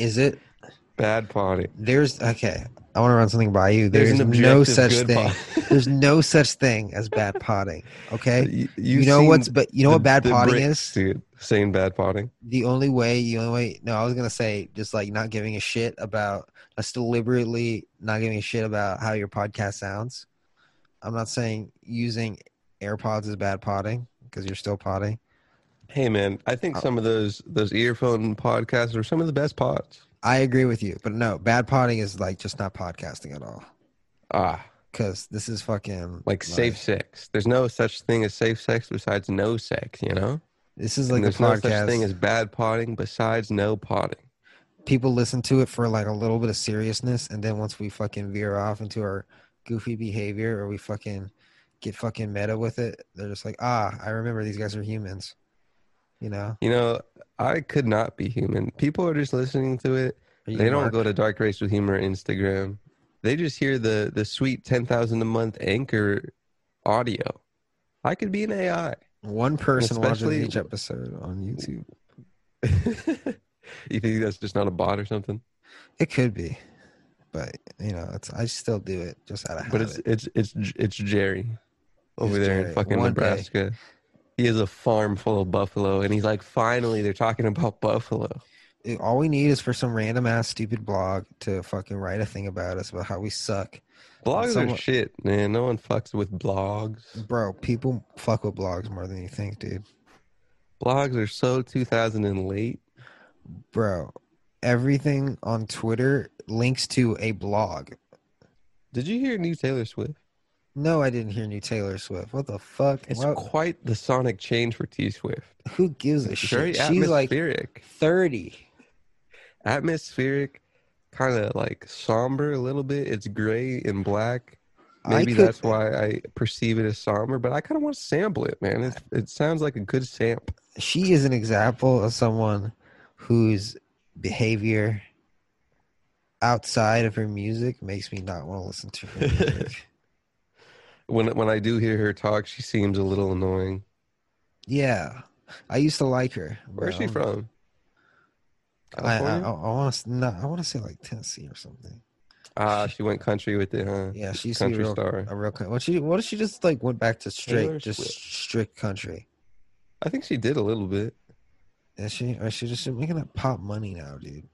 Speaker 1: is it
Speaker 2: bad potty.
Speaker 1: There's okay. I want to run something by you.
Speaker 2: There's
Speaker 1: There's,
Speaker 2: an
Speaker 1: no
Speaker 2: objective
Speaker 1: such
Speaker 2: good
Speaker 1: thing.
Speaker 2: pot-
Speaker 1: There's no such thing as bad potting. Okay.
Speaker 2: You,
Speaker 1: You,
Speaker 2: you've
Speaker 1: know
Speaker 2: seen
Speaker 1: what's but you know
Speaker 2: the-
Speaker 1: what bad
Speaker 2: the
Speaker 1: potting
Speaker 2: Brits,
Speaker 1: is?
Speaker 2: dude. Saying bad potting.
Speaker 1: The only way, the only way. No, I was gonna say just like not giving a shit about just deliberately not giving a shit about how your podcast sounds. I'm not saying using AirPods is bad potting because you're still potting.
Speaker 2: Hey man, I
Speaker 1: Oh.
Speaker 2: think some of those those earphone podcasts are some of the best pods.
Speaker 1: I agree with you, but no, bad potting is like just not podcasting at all.
Speaker 2: Ah,
Speaker 1: Because this is fucking
Speaker 2: like safe sex. There's no such thing as safe sex besides no sex. You know,
Speaker 1: This is
Speaker 2: And
Speaker 1: like the
Speaker 2: there's
Speaker 1: podcast.
Speaker 2: no such thing as bad potting besides no potting.
Speaker 1: people listen to it for like a little bit of seriousness and then once we fucking veer off into our goofy behavior or we fucking get fucking meta with it they're just like ah i remember these guys are humans you know
Speaker 2: You know, I could not be human. People are just listening to it.
Speaker 1: Are you
Speaker 2: They don't
Speaker 1: Mark?
Speaker 2: go to Dark Race with Humor Instagram. They just hear the the sweet ten thousand a month anchor audio. I could be an AI.
Speaker 1: one person watches
Speaker 2: especially-
Speaker 1: each episode on youtube
Speaker 2: you think that's just not a bot or something?
Speaker 1: it could be but you know it's i still do it just out of habit
Speaker 2: But it's it's it's J- it's Jerry over there
Speaker 1: Jerry.
Speaker 2: in fucking
Speaker 1: One day.
Speaker 2: Nebraska. He has a farm full of buffalo, and he's like, finally, they're talking about buffalo.
Speaker 1: It- all we need is for some random ass stupid blog to fucking write a thing about us about how we suck
Speaker 2: Blogs are
Speaker 1: Someone-
Speaker 2: shit, man. No one fucks with blogs.
Speaker 1: bro people fuck with blogs more than you think dude
Speaker 2: Blogs are so 2000 and late.
Speaker 1: bro everything on twitter links to a blog
Speaker 2: Did you hear new Taylor Swift?
Speaker 1: no i didn't hear new taylor swift what the fuck
Speaker 2: It's
Speaker 1: Why-
Speaker 2: quite the sonic change for T Swift.
Speaker 1: who gives a
Speaker 2: It's
Speaker 1: shit
Speaker 2: very
Speaker 1: she's like
Speaker 2: atmospheric,
Speaker 1: 30
Speaker 2: atmospheric, kind of like somber a little bit. It's gray and black.
Speaker 1: I
Speaker 2: Maybe
Speaker 1: could-
Speaker 2: that's why I perceive it as somber, but I kind of want to sample it, man. It, it sounds like a good sample.
Speaker 1: she is an example of someone whose behavior outside of her music makes me not want to listen to her music.
Speaker 2: When when I do hear her talk, she seems a little annoying.
Speaker 1: yeah i used to like her
Speaker 2: Where's
Speaker 1: bro.
Speaker 2: she from?
Speaker 1: i, I,
Speaker 2: California?
Speaker 1: want to no, i want to say like tennessee or something
Speaker 2: Ah, she went country with it, huh?
Speaker 1: yeah she used to be
Speaker 2: country
Speaker 1: real
Speaker 2: star.
Speaker 1: a real country. What she what if she just like went back to straight
Speaker 2: Taylor
Speaker 1: just
Speaker 2: Swift.
Speaker 1: strict country?
Speaker 2: I think she did a little bit.
Speaker 1: Is she or she just making that pop money now, dude?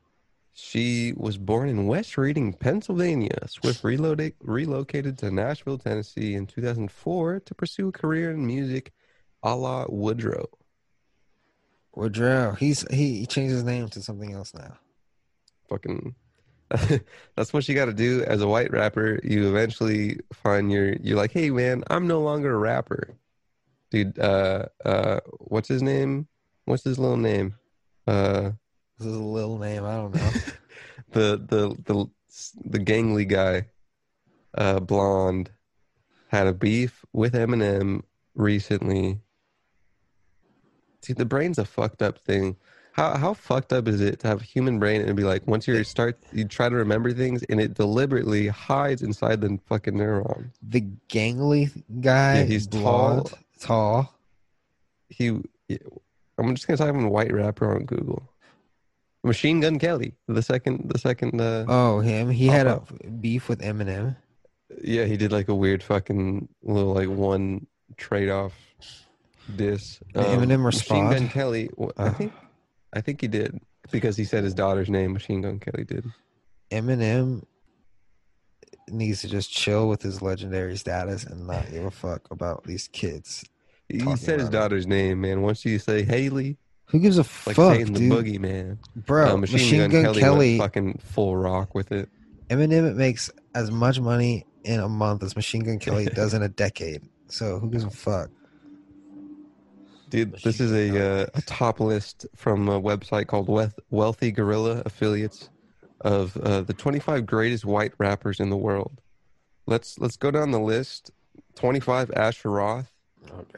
Speaker 2: She was born in West Reading, Pennsylvania. Swift reloaded, relocated to Nashville, Tennessee in 2004 to pursue a career in music a la Woodrow.
Speaker 1: Woodrow, he's he, he changed his name to something else now.
Speaker 2: Fucking. That's what you got to do as a white rapper. You eventually find your. You're like, hey, man, I'm no longer a rapper. Dude, uh, uh, what's his name? What's his little name? Uh,
Speaker 1: This is a little name, I don't know.
Speaker 2: the the the the gangly guy, uh, blonde, had a beef with Eminem recently. Dude, the brain's a fucked up thing. How how fucked up is it to have a human brain and be like, once you start, you try to remember things and it deliberately hides inside the fucking neuron.
Speaker 1: the gangly guy,
Speaker 2: Yeah, he's
Speaker 1: blonde,
Speaker 2: tall.
Speaker 1: tall.
Speaker 2: He, I'm just gonna type in white rapper on Google. Machine Gun Kelly, the second, the second. Uh,
Speaker 1: Oh, him. He had a
Speaker 2: Uh-huh.
Speaker 1: beef with Eminem.
Speaker 2: Yeah, he did like a weird fucking little like one trade off diss.
Speaker 1: Did Eminem
Speaker 2: Machine Gun
Speaker 1: respond?
Speaker 2: Kelly. w I I
Speaker 1: Uh.
Speaker 2: think I think he did because he said his daughter's name. Machine Gun Kelly did.
Speaker 1: Eminem needs to just chill with his legendary status and not give a fuck about these kids.
Speaker 2: He
Speaker 1: Talking
Speaker 2: said his
Speaker 1: about it.
Speaker 2: daughter's name, man. Once you say Haley,
Speaker 1: Who gives a
Speaker 2: like
Speaker 1: fuck,
Speaker 2: saying
Speaker 1: dude?
Speaker 2: the boogie man.
Speaker 1: Bro,
Speaker 2: Uh,
Speaker 1: Machine, Gun,
Speaker 2: went
Speaker 1: Kelly
Speaker 2: fucking full rock with it.
Speaker 1: Eminem makes as much money in a month as Machine Gun Kelly does in a decade. So who gives a fuck?
Speaker 2: Dude, this is a, uh, a top list from a website called Wealth, Wealthy Gorilla Affiliates of uh, the 25 greatest white rappers in the world. Let's let's go down the list. 25 Asher Roth.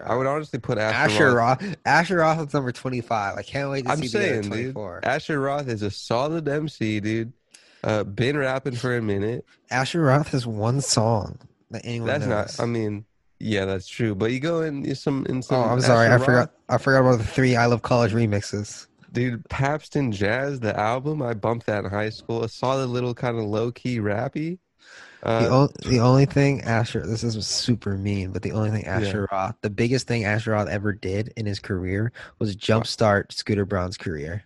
Speaker 2: I would honestly put Asher,
Speaker 1: Oh, Asher
Speaker 2: Roth.
Speaker 1: Roth. Asher Roth is number twenty-five. I can't wait to
Speaker 2: I'm
Speaker 1: see the
Speaker 2: saying,
Speaker 1: other
Speaker 2: dude,
Speaker 1: twenty-four.
Speaker 2: Asher Roth is a solid MC, dude. Uh, been rapping for a minute.
Speaker 1: Asher Roth has one song that anyone
Speaker 2: That's
Speaker 1: knows.
Speaker 2: not. I mean, yeah, that's true. But you go in some in some.
Speaker 1: oh, I'm sorry. I
Speaker 2: Asher Roth-
Speaker 1: forgot. I forgot about the three I Love College remixes.
Speaker 2: Dude, Pabst and Jazz, the album, I bumped that in high school. I saw the little kind of low key rappy.
Speaker 1: The,
Speaker 2: Uh,
Speaker 1: on- the only thing Asher, this is super mean, but the only thing
Speaker 2: Yeah.
Speaker 1: Asher Roth, the biggest thing Asher Roth ever did in his career was jumpstart Scooter Braun's career.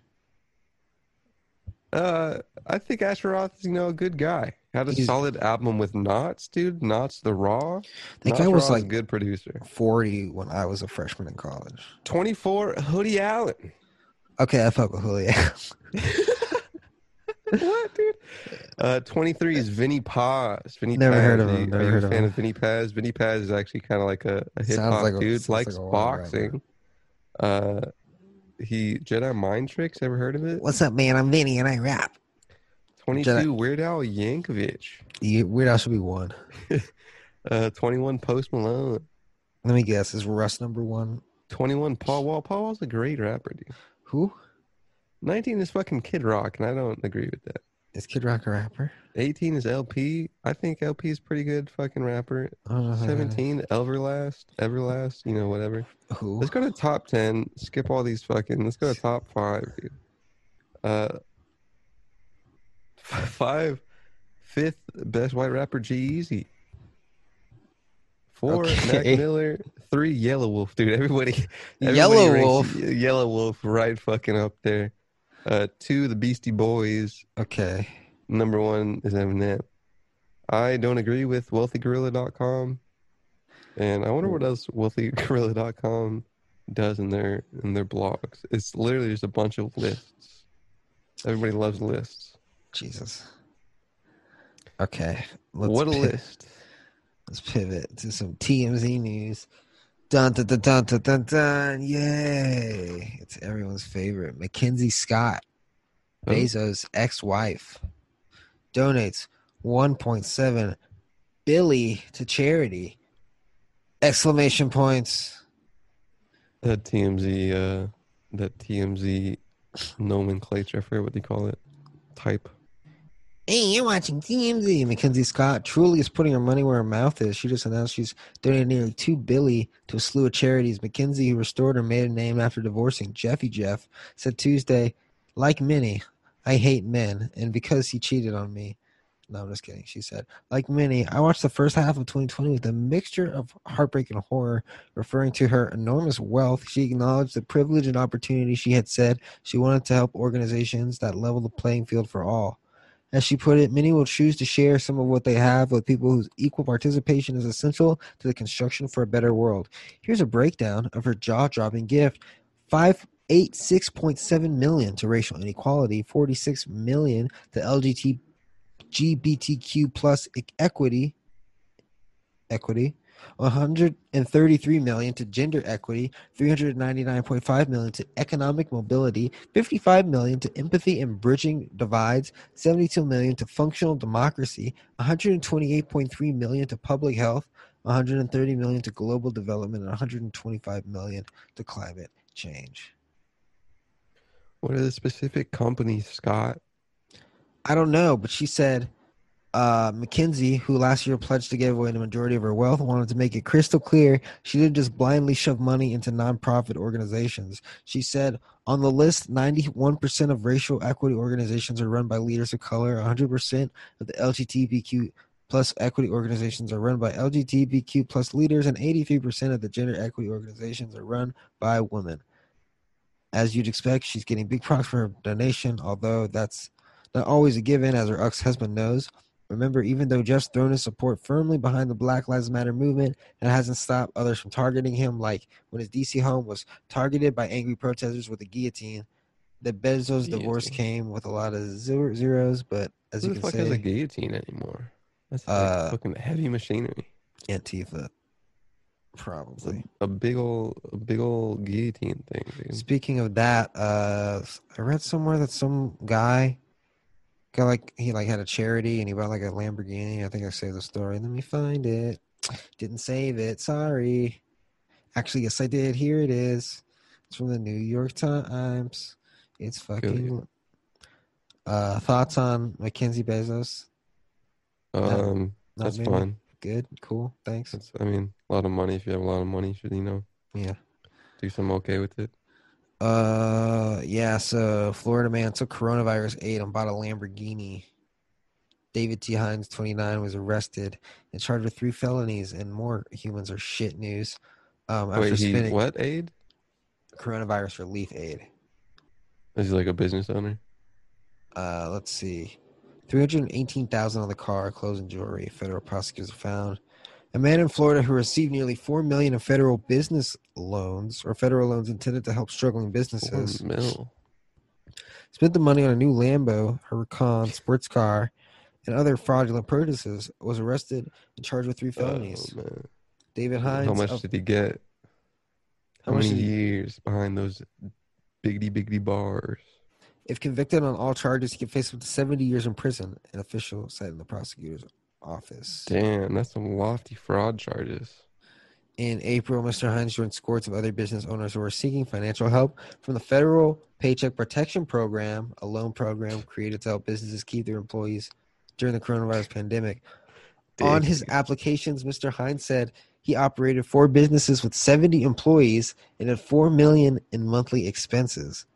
Speaker 2: uh, I think Asher Roth is, you know, a good guy. Had a
Speaker 1: He's-
Speaker 2: solid album with Knots, dude. Knots the Raw.
Speaker 1: That
Speaker 2: Knots
Speaker 1: guy
Speaker 2: Raw
Speaker 1: was
Speaker 2: is a
Speaker 1: like
Speaker 2: good producer.
Speaker 1: 40 when I was a freshman in college.
Speaker 2: 24, Hoodie Allen.
Speaker 1: Okay, I fuck with Julio.
Speaker 2: what, dude? Uh, 23 is Vinny Paz. Vinny
Speaker 1: Never
Speaker 2: Paz.
Speaker 1: heard of
Speaker 2: Are you-
Speaker 1: him,
Speaker 2: Are
Speaker 1: never
Speaker 2: you
Speaker 1: heard
Speaker 2: a
Speaker 1: of
Speaker 2: fan
Speaker 1: him.
Speaker 2: of Vinny Paz? Vinny Paz is actually kind of like a, a hip
Speaker 1: Sounds
Speaker 2: hop
Speaker 1: like a-
Speaker 2: dude.
Speaker 1: sounds
Speaker 2: Likes
Speaker 1: like a wild
Speaker 2: boxing. uh, he Jedi Mind Tricks. Ever heard of it?
Speaker 1: What's up, man? I'm Vinny and I rap.
Speaker 2: 22
Speaker 1: Jedi-
Speaker 2: Weird Al Yankovic.
Speaker 1: You- Weird Al should be one.
Speaker 2: Uh, 21 Post Malone.
Speaker 1: Let me guess. Is Russ number one?
Speaker 2: 21 Paul Wall. Paul Wall's a great rapper, dude.
Speaker 1: Who?
Speaker 2: 19 is fucking Kid Rock, and I don't agree with that.
Speaker 1: Is Kid Rock a rapper?
Speaker 2: 18 is LP. I think LP is pretty good fucking rapper.
Speaker 1: I don't know who that is.
Speaker 2: 17 Everlast. Everlast, you know, whatever.
Speaker 1: Who?
Speaker 2: Let's go to top ten. Skip all these fucking. Let's go to top five, dude. Uh, f- five, fifth best white rapper G Easy. Four
Speaker 1: Okay.
Speaker 2: Mac Miller. Three Yellow Wolf, dude. Everybody, everybody
Speaker 1: Yellow
Speaker 2: ranks
Speaker 1: Wolf.
Speaker 2: Y- Yellow Wolf, right fucking up there. Uh, two the Beastie Boys.
Speaker 1: Okay.
Speaker 2: Number one is Eminem. I don't agree with wealthygorilla.com. And I wonder what else wealthygorilla.com does in their in their blogs. It's literally just a bunch of lists. Everybody loves lists.
Speaker 1: Jesus. Okay. Let's
Speaker 2: what a
Speaker 1: pick-
Speaker 2: list.
Speaker 1: Let's pivot to some TMZ news. Dun dun dun dun dun dun dun! Yay! It's everyone's favorite, Mackenzie Scott,
Speaker 2: Oh.
Speaker 1: Bezos' ex-wife, donates 1.7 billy to charity. Exclamation points!
Speaker 2: That TMZ uh that TMZ nomenclature, I forget what they call it. Type.
Speaker 1: Hey, you're watching TMZ. Mackenzie Scott truly is putting her money where her mouth is. She just announced she's donating nearly two billy to a slew of charities. Mackenzie, who restored her maiden name after divorcing Jeffy Jeff, said Tuesday, "Like many, I hate men, and because he cheated on me." No, I'm just kidding. She said, "Like many, I watched the first half of 2020 with a mixture of heartbreak and horror." Referring to her enormous wealth, she acknowledged the privilege and opportunity she had said she wanted to help organizations that level the playing field for all. As she put it, many will choose to share some of what they have with people whose equal participation is essential to the construction for a better world. Here's a breakdown of her jaw dropping gift. Five eight six point seven million to racial inequality, forty six million to LGBT GBTQ plus e- equity equity. 133 million to gender equity, 399.5 million to economic mobility, 55 million to empathy and bridging divides, 72 million to functional democracy, 128.3 million to public health, 130 million to global development, and 125 million to climate change.
Speaker 2: What are the specific companies, Scott?
Speaker 1: I don't know, but she said uh, McKinsey, who last year pledged to give away the majority of her wealth, wanted to make it crystal clear she didn't just blindly shove money into nonprofit organizations. She said, on the list, 91% of racial equity organizations are run by leaders of color, 100% of the LGBTQ plus equity organizations are run by LGBTQ plus leaders, and 83% of the gender equity organizations are run by women. As you'd expect, she's getting big props for her donation, although that's not always a given, as her ex husband knows. Remember, even though Jeff's thrown his support firmly behind the Black Lives Matter movement, it hasn't stopped others from targeting him, like when his DC home was targeted by angry protesters with a guillotine. The Bezos divorce
Speaker 2: Guillotine.
Speaker 1: came with a lot of zer- zeros, but as
Speaker 2: Who
Speaker 1: you
Speaker 2: the
Speaker 1: can
Speaker 2: fuck
Speaker 1: see,
Speaker 2: has a guillotine anymore? That's like
Speaker 1: Uh,
Speaker 2: fucking heavy machinery.
Speaker 1: Antifa.
Speaker 2: It's a,
Speaker 1: Probably.
Speaker 2: a big old, a big old guillotine thing. Dude.
Speaker 1: Speaking of that, uh, I read somewhere that some guy got like he like had a charity and he bought like a Lamborghini. I think I saved the story. Let me find it. Didn't save it. Sorry. Actually, yes, I did. Here it is. It's from the New York Times. It's fucking. Uh, thoughts on Mackenzie Bezos?
Speaker 2: Um,
Speaker 1: Not
Speaker 2: that's
Speaker 1: maybe?
Speaker 2: fun.
Speaker 1: Good, cool, thanks.
Speaker 2: That's, I mean, a lot of money. If you have a lot of money, you should you know
Speaker 1: Yeah.
Speaker 2: do something okay with it.
Speaker 1: Uh, yeah. So Florida man took coronavirus aid and bought a Lamborghini. David T. Hines, 29, was arrested and charged with three felonies and more. Humans are shit news. Um, after
Speaker 2: Wait, he,
Speaker 1: spending
Speaker 2: what aid?
Speaker 1: coronavirus relief aid.
Speaker 2: Is he like a business owner?
Speaker 1: Uh, let's see. 318,000 on the car, clothes and jewelry. Federal prosecutors found a man in Florida who received nearly 4 million in federal business loans or federal loans intended to help struggling
Speaker 2: Four
Speaker 1: businesses.
Speaker 2: mil.
Speaker 1: Spent the money on a new Lambo, Huracan, sports car, and other fraudulent purchases. Was arrested and charged with three
Speaker 2: Oh,
Speaker 1: felonies.
Speaker 2: man.
Speaker 1: David Hines.
Speaker 2: How much
Speaker 1: of-
Speaker 2: did he get?
Speaker 1: how
Speaker 2: How
Speaker 1: much
Speaker 2: many
Speaker 1: did he-
Speaker 2: years behind those biggity biggity bars?
Speaker 1: If convicted on all charges, he could face up to 70 years in prison. An official said in the prosecutor's office.
Speaker 2: Damn, that's some lofty fraud charges.
Speaker 1: In April, Mr. Hines joined scores of other business owners who were seeking financial help from the Federal Paycheck Protection Program, a loan program created to help businesses keep their employees during the coronavirus pandemic. On his applications, Mr. Hines said he operated four businesses with 70 employees and had 4 million in monthly expenses.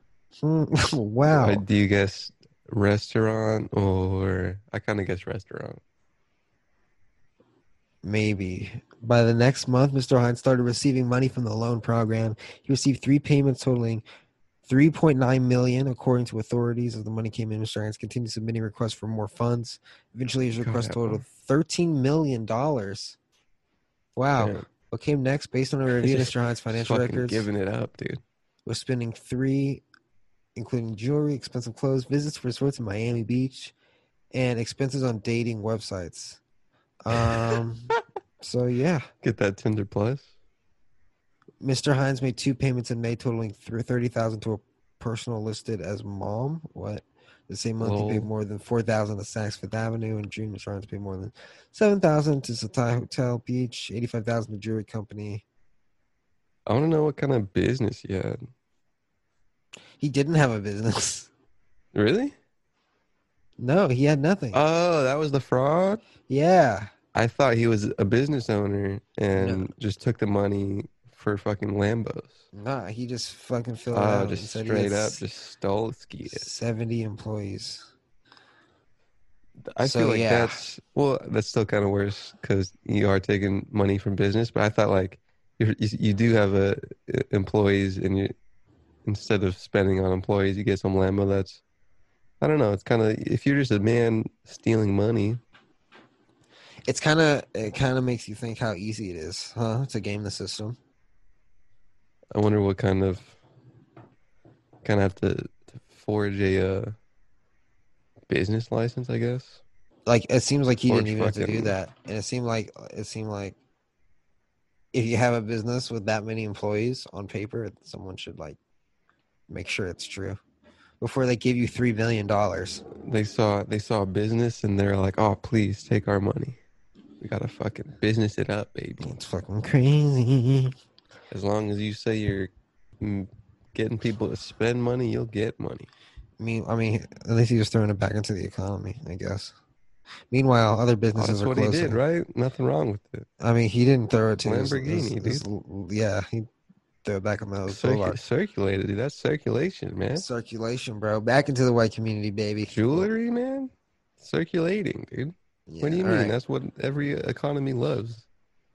Speaker 1: Hmm, wow.
Speaker 2: Uh, do you guess restaurant or I kind of guess restaurant?
Speaker 1: Maybe. By the next month, Mr. Hines started receiving money from the loan program. He received three payments totaling 3.9 million, according to authorities. As the money came in, Mr. Hines continued submitting requests for more funds. Eventually, his request
Speaker 2: God.
Speaker 1: totaled 13 million dollars. Wow.
Speaker 2: Damn,
Speaker 1: What came next, based on a review of
Speaker 2: Just
Speaker 1: Mr. Hines' financial
Speaker 2: fucking
Speaker 1: records,
Speaker 2: giving it up, dude.
Speaker 1: was spending three, including jewelry, expensive clothes, visits to resorts in Miami Beach, and expenses on dating websites. Um. so yeah.
Speaker 2: Get that Tinder Plus.
Speaker 1: Mr. Hines made two payments in May totaling thr- 30000 to a personal listed as mom. What? The same month he paid
Speaker 2: Lol.
Speaker 1: more than 4000 to Saks Fifth Avenue. In June, Mr. Hines paid more than 7000 to Satai Hotel Beach, 85000 to Jewelry Company.
Speaker 2: I want to know what kind of business you had.
Speaker 1: He didn't have a business.
Speaker 2: Really?
Speaker 1: No, he had nothing.
Speaker 2: Oh, that was the fraud.
Speaker 1: yeah.
Speaker 2: I thought he was a business owner and just took the money for fucking Lambos.
Speaker 1: Nah, he just fucking filled it
Speaker 2: Oh,
Speaker 1: out.
Speaker 2: just
Speaker 1: and said he had
Speaker 2: straight up,
Speaker 1: s-
Speaker 2: just stole skied.
Speaker 1: 70 employees.
Speaker 2: I
Speaker 1: So,
Speaker 2: feel like
Speaker 1: yeah.
Speaker 2: that's well, that's still kind of worse because you are taking money from business. But I thought like you're, you you do have a e, employees and you instead of spending on employees, you get some Lambo. That's I don't know. It's kind of if you're just a man stealing money.
Speaker 1: It's kind of, it kind of makes you think how easy it is, huh? To game the system.
Speaker 2: I wonder what kind of kind of have to, to forge a uh, business license. I guess
Speaker 1: like it seems like he
Speaker 2: Or
Speaker 1: didn't even have to do
Speaker 2: fucking-
Speaker 1: that and it seemed like it seemed like if you have a business with that many employees on paper someone should like make sure it's true before they give you three million dollars
Speaker 2: they saw they saw a business and they're like, oh, please take our money. We gotta fucking business it up, baby.
Speaker 1: it's fucking crazy
Speaker 2: As long as you say you're mm, getting people to spend money, you'll get money.
Speaker 1: i mean i mean at least he was throwing it back into the economy i guess meanwhile other
Speaker 2: Oh,
Speaker 1: businesses
Speaker 2: that's
Speaker 1: are
Speaker 2: what
Speaker 1: closing
Speaker 2: he did, right? Nothing wrong with it.
Speaker 1: i mean he didn't throw it to his-
Speaker 2: Lamborghini,
Speaker 1: his- his- yeah he threw it back on those
Speaker 2: Circu-
Speaker 1: boulevards.
Speaker 2: circulated, dude. That's circulation, man.
Speaker 1: circulation bro back into the white community baby
Speaker 2: Jewelry, man. Circulating, dude.
Speaker 1: Yeah,
Speaker 2: what do you
Speaker 1: all
Speaker 2: mean?
Speaker 1: right.
Speaker 2: That's what every economy loves.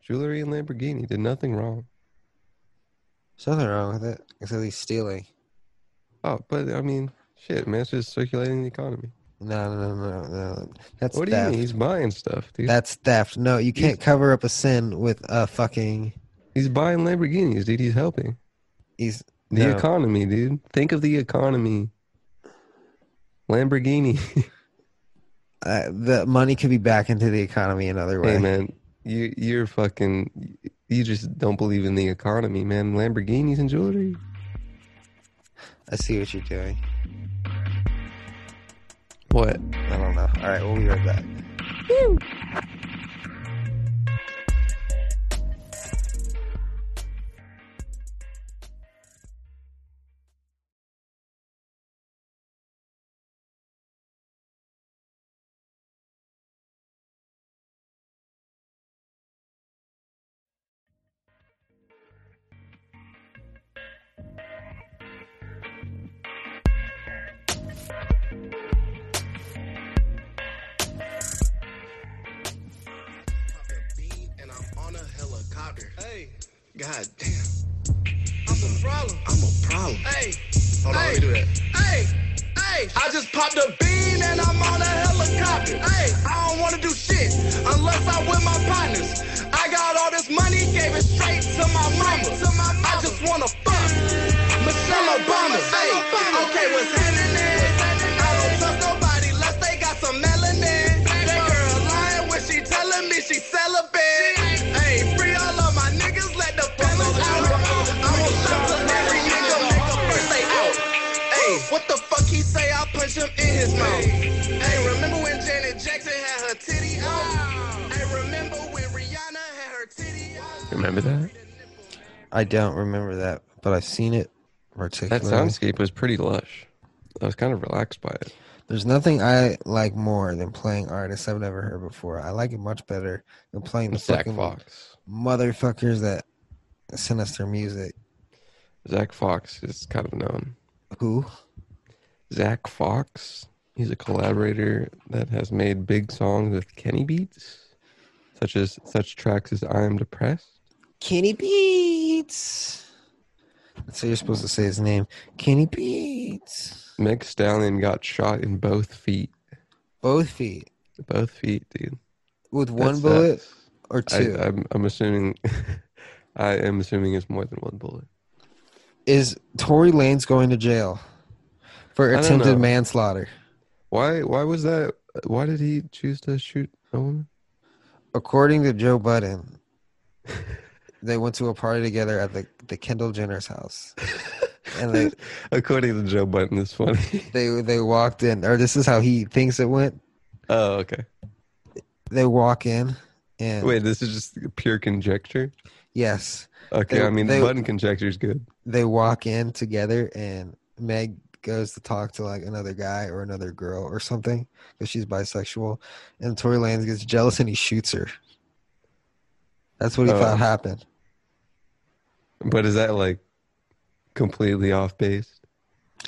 Speaker 2: Jewelry and Lamborghini did nothing wrong.
Speaker 1: There's nothing wrong with it, except he's stealing.
Speaker 2: Oh, but I mean, shit, man. It's just circulating the economy.
Speaker 1: No, no, no, no, no. That's
Speaker 2: what do you
Speaker 1: theft.
Speaker 2: mean? He's buying stuff, dude.
Speaker 1: That's theft. No, you can't
Speaker 2: He's-
Speaker 1: cover up a sin with a fucking.
Speaker 2: He's buying Lamborghinis, dude. He's helping.
Speaker 1: He's
Speaker 2: The
Speaker 1: no.
Speaker 2: economy, dude. Think of the economy. Lamborghini.
Speaker 1: Uh, the money could be back into the economy another way.
Speaker 2: hey, man. You you're fucking. You just don't believe in the economy, man. Lamborghinis and jewelry.
Speaker 1: I see what you're doing.
Speaker 2: What?
Speaker 1: I don't know. All right, we'll be right back.
Speaker 6: blocker. Hey. God damn. I'm a problem. I'm a problem. Hey. Hold on, let me do that. Hey. Hey. I just popped a bean and I'm on a helicopter. Hey. I don't want to do shit unless I'm with my partners. I got all this money, gave it straight to my mama. To my mama. I just want to fuck Michelle Obama. Hey. Okay, what's happening? I don't trust nobody unless they got some melanin. That girl lying when she telling me she celibate. Hey, free all of my niggas, let the fellas out. I will shut to every nigga, nigga first they out. Hey, what the fuck he say? I'll punch him in his mouth. Hey, remember when Janet Jackson had her titty out? Hey, remember when Rihanna had her titty out?
Speaker 2: Remember that?
Speaker 1: I don't remember that, but I've seen it.
Speaker 2: That
Speaker 1: Particularly,
Speaker 2: soundscape was pretty lush. I was kind of relaxed by it.
Speaker 1: There's nothing I like more than playing artists I've never heard before. I like it much better than playing the
Speaker 2: Zach
Speaker 1: fucking
Speaker 2: Fox.
Speaker 1: motherfuckers that send us their music.
Speaker 2: Zach Fox is kind of known.
Speaker 1: Who?
Speaker 2: Zach Fox. He's a collaborator that has made big songs with Kenny Beats, such as such tracks as "I Am Depressed."
Speaker 1: Kenny Beats. So you're supposed to say his name, Kenny Beats.
Speaker 2: Meg Stallion got shot in both feet.
Speaker 1: Both feet
Speaker 2: Both feet, dude.
Speaker 1: with one
Speaker 2: That's
Speaker 1: bullet
Speaker 2: nuts.
Speaker 1: or
Speaker 2: I,
Speaker 1: two.
Speaker 2: I'm, I'm assuming. I am assuming it's more than one bullet.
Speaker 1: Is Tory Lanez going to jail for
Speaker 2: don't
Speaker 1: attempted
Speaker 2: know.
Speaker 1: manslaughter?
Speaker 2: Why? Why was that? Why did he choose to shoot a woman?
Speaker 1: According to Joe Budden, they went to a party together at the, the Kendall Jenner's house. And they,
Speaker 2: According to Joe Button, it's funny.
Speaker 1: they they walked in, or this is how he thinks it went.
Speaker 2: oh, okay.
Speaker 1: They walk in and
Speaker 2: Wait, this is just pure conjecture.
Speaker 1: yes,
Speaker 2: Okay,
Speaker 1: They-
Speaker 2: I mean
Speaker 1: they-
Speaker 2: button conjecture is good.
Speaker 1: they walk in together and Meg goes to talk to like another guy or another girl or something because she's bisexual and Tory Lanez gets jealous and he shoots her. That's what he
Speaker 2: Oh.
Speaker 1: thought happened.
Speaker 2: But is that like completely off base?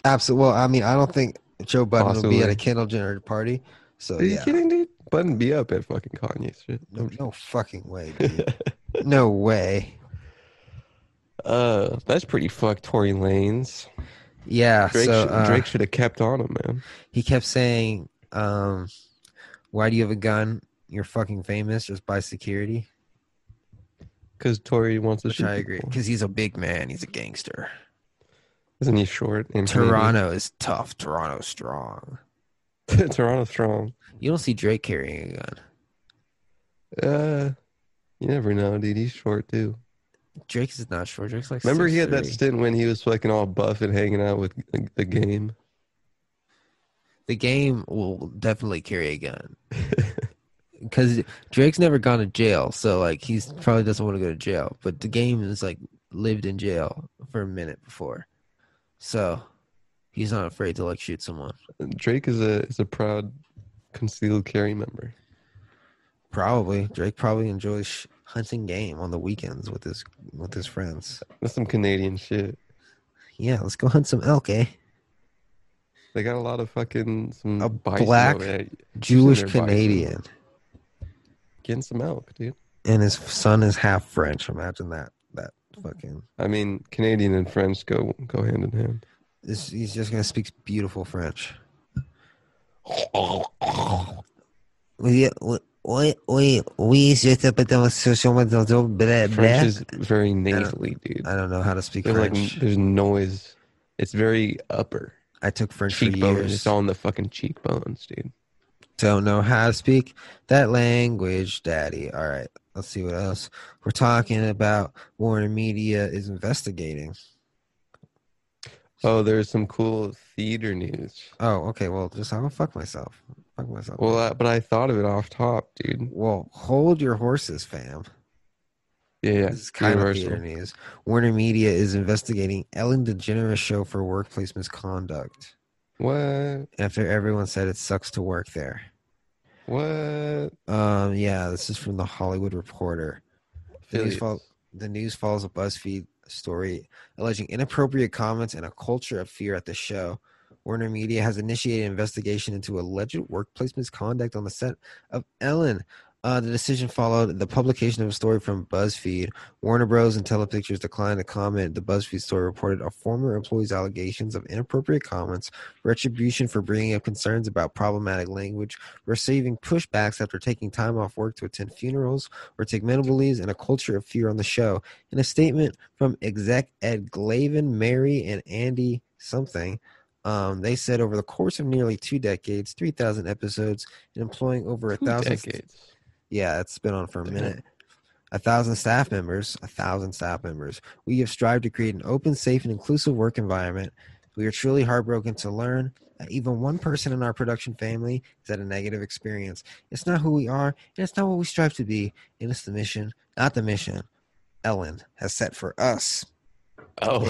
Speaker 1: Absolutely. Well, I mean, I don't think Joe Budden will be at
Speaker 2: Possibly.
Speaker 1: a Kendall Jenner party. So
Speaker 2: Are you
Speaker 1: yeah,
Speaker 2: kidding, dude? Button be up at fucking Kanye's shit.
Speaker 1: no, no fucking way, dude. no way.
Speaker 2: Uh, that's pretty fucked, Tory Lanez.
Speaker 1: Yeah.
Speaker 2: Drake,
Speaker 1: so
Speaker 2: should,
Speaker 1: uh,
Speaker 2: Drake should have kept on him, man.
Speaker 1: he kept saying, um, "Why do you have a gun? You're fucking famous. Just buy security."
Speaker 2: Because Tory wants to
Speaker 1: Which
Speaker 2: shoot.
Speaker 1: I agree,
Speaker 2: people.
Speaker 1: because he's a big man. He's a gangster.
Speaker 2: Isn't he short? And Canadian?
Speaker 1: Toronto is tough. Toronto's strong.
Speaker 2: Toronto's strong.
Speaker 1: You don't see Drake carrying a gun.
Speaker 2: Uh, you never know, dude. He's short too.
Speaker 1: Drake is not short. Drake's like.
Speaker 2: Remember, he had that
Speaker 1: 6'3".
Speaker 2: stint when he was fucking all buff and hanging out with the- the game.
Speaker 1: the game will definitely carry a gun because drake's never gone to jail so like he's probably doesn't want to go to jail but the game is like lived in jail for a minute before so he's not afraid to like shoot someone
Speaker 2: Drake is a is a proud concealed carry member.
Speaker 1: probably drake probably enjoys sh- hunting game on the weekends with his with his friends
Speaker 2: That's some Canadian shit.
Speaker 1: yeah let's go hunt some elk eh
Speaker 2: They got a lot of fucking some
Speaker 1: A
Speaker 2: bison
Speaker 1: black
Speaker 2: over there.
Speaker 1: jewish
Speaker 2: they're bison.
Speaker 1: canadian
Speaker 2: getting some elk, dude.
Speaker 1: and his son is half french imagine that that fucking
Speaker 2: I mean, Canadian and French go go hand in hand.
Speaker 1: This, he's just gonna speak beautiful French. Oui, oui, oui, oui, oui, je t'appelle dans ce chemin dans un blé,
Speaker 2: French
Speaker 1: blé.
Speaker 2: is very nasally, dude.
Speaker 1: I don't know how to speak
Speaker 2: There's like
Speaker 1: French.
Speaker 2: there's noise. It's very upper
Speaker 1: I took French for
Speaker 2: cheekbones.
Speaker 1: years.
Speaker 2: It's on the fucking cheekbones, dude.
Speaker 1: Don't know how to speak that language, daddy. All right, let's see what else. We're talking about Warner Media is investigating.
Speaker 2: Oh, there's some cool theater news.
Speaker 1: Oh, okay. Well, just I'm gonna fuck myself. Fuck myself.
Speaker 2: Well, I, but I thought of it off top, dude.
Speaker 1: well, hold your horses, fam.
Speaker 2: Yeah, yeah.
Speaker 1: This is kind
Speaker 2: Universal.
Speaker 1: of theater news. Warner Media is investigating Ellen DeGeneres show for workplace misconduct
Speaker 2: What?
Speaker 1: after everyone said it sucks to work there.
Speaker 2: What?
Speaker 1: Um, yeah, this is from the Hollywood Reporter. The news,
Speaker 2: Affiliates.
Speaker 1: fol- the news follows a BuzzFeed story alleging inappropriate comments and a culture of fear at the show. Warner Media has initiated an investigation into alleged workplace misconduct on the set of Ellen, Uh, the decision followed the publication of a story from BuzzFeed. Warner Bros. and Telepictures declined to comment. The BuzzFeed story reported a former employee's allegations of inappropriate comments, retribution for bringing up concerns about problematic language, receiving pushbacks after taking time off work to attend funerals or take medical leaves, and a culture of fear on the show. In a statement from exec Ed Glavin, Mary, and Andy something, um, they said over the course of nearly two decades, 3,000 episodes, and employing over a
Speaker 2: Two
Speaker 1: thousand.
Speaker 2: decades.
Speaker 1: Yeah, it's been on for a
Speaker 2: Damn.
Speaker 1: minute. A thousand staff members, a thousand staff members. We have strived to create an open, safe, and inclusive work environment. We are truly heartbroken to learn that even one person in our production family has had a negative experience. It's not who we are, and it's not what we strive to be, and it's the mission, not the mission Ellen has set for us.
Speaker 2: Oh.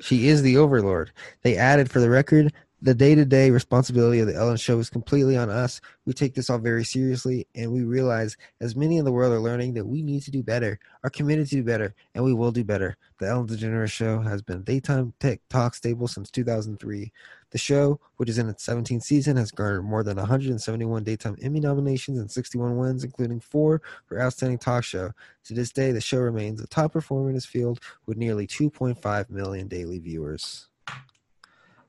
Speaker 1: She is the overlord. They added, for the record, the day to day responsibility of the Ellen Show is completely on us. We take this all very seriously, and we realize, as many in the world are learning, that we need to do better, are committed to do better, and we will do better. The Ellen DeGeneres Show has been a daytime tech talk stable since 2003. The show, which is in its 17th season, has garnered more than 171 daytime Emmy nominations and 61 wins, including four for Outstanding Talk Show. To this day, the show remains the top performer in its field with nearly 2.5 million daily viewers.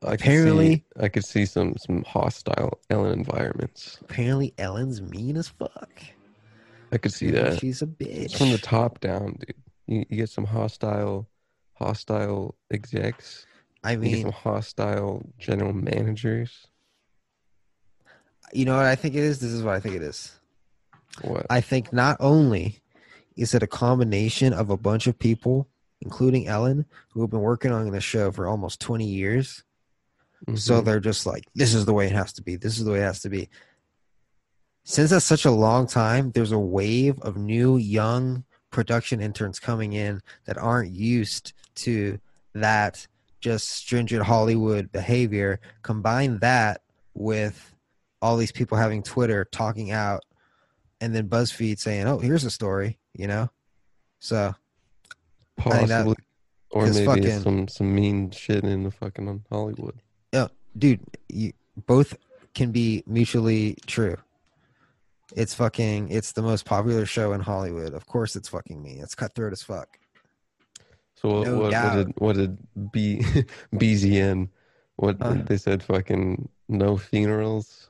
Speaker 2: I could
Speaker 1: Apparently-
Speaker 2: see, I could see some some hostile Ellen environments.
Speaker 1: Apparently, Ellen's mean as fuck.
Speaker 2: I could see that.
Speaker 1: She's a
Speaker 2: It's
Speaker 1: bitch.
Speaker 2: from the top down, dude. You, you get some hostile, hostile execs.
Speaker 1: I
Speaker 2: You get some
Speaker 1: mean,
Speaker 2: hostile general managers.
Speaker 1: you know what I think it is? This is what I think it is.
Speaker 2: What?
Speaker 1: I think not only is it a combination of a bunch of people, including Ellen, who have been working on the show for almost 20 years. So
Speaker 2: Mhm.
Speaker 1: they're just like, this is the way it has to be. This is the way it has to be. Since that's such a long time, there's a wave of new young production interns coming in that aren't used to that just stringent Hollywood behavior. Combine that with all these people having Twitter talking out and then BuzzFeed saying, oh, here's a story, you know? So think that-
Speaker 2: possibly, or
Speaker 1: 'cause
Speaker 2: maybe
Speaker 1: fucking-
Speaker 2: it's some some mean shit in the fucking Hollywood.
Speaker 1: dude, you, both can be mutually true. It's fucking. It's the most popular show in Hollywood. Of course, it's fucking me. It's cutthroat as fuck.
Speaker 2: So what,
Speaker 1: No
Speaker 2: what, what
Speaker 1: doubt.
Speaker 2: did what did B BZN? What
Speaker 1: Huh?
Speaker 2: they said? Fucking no funerals.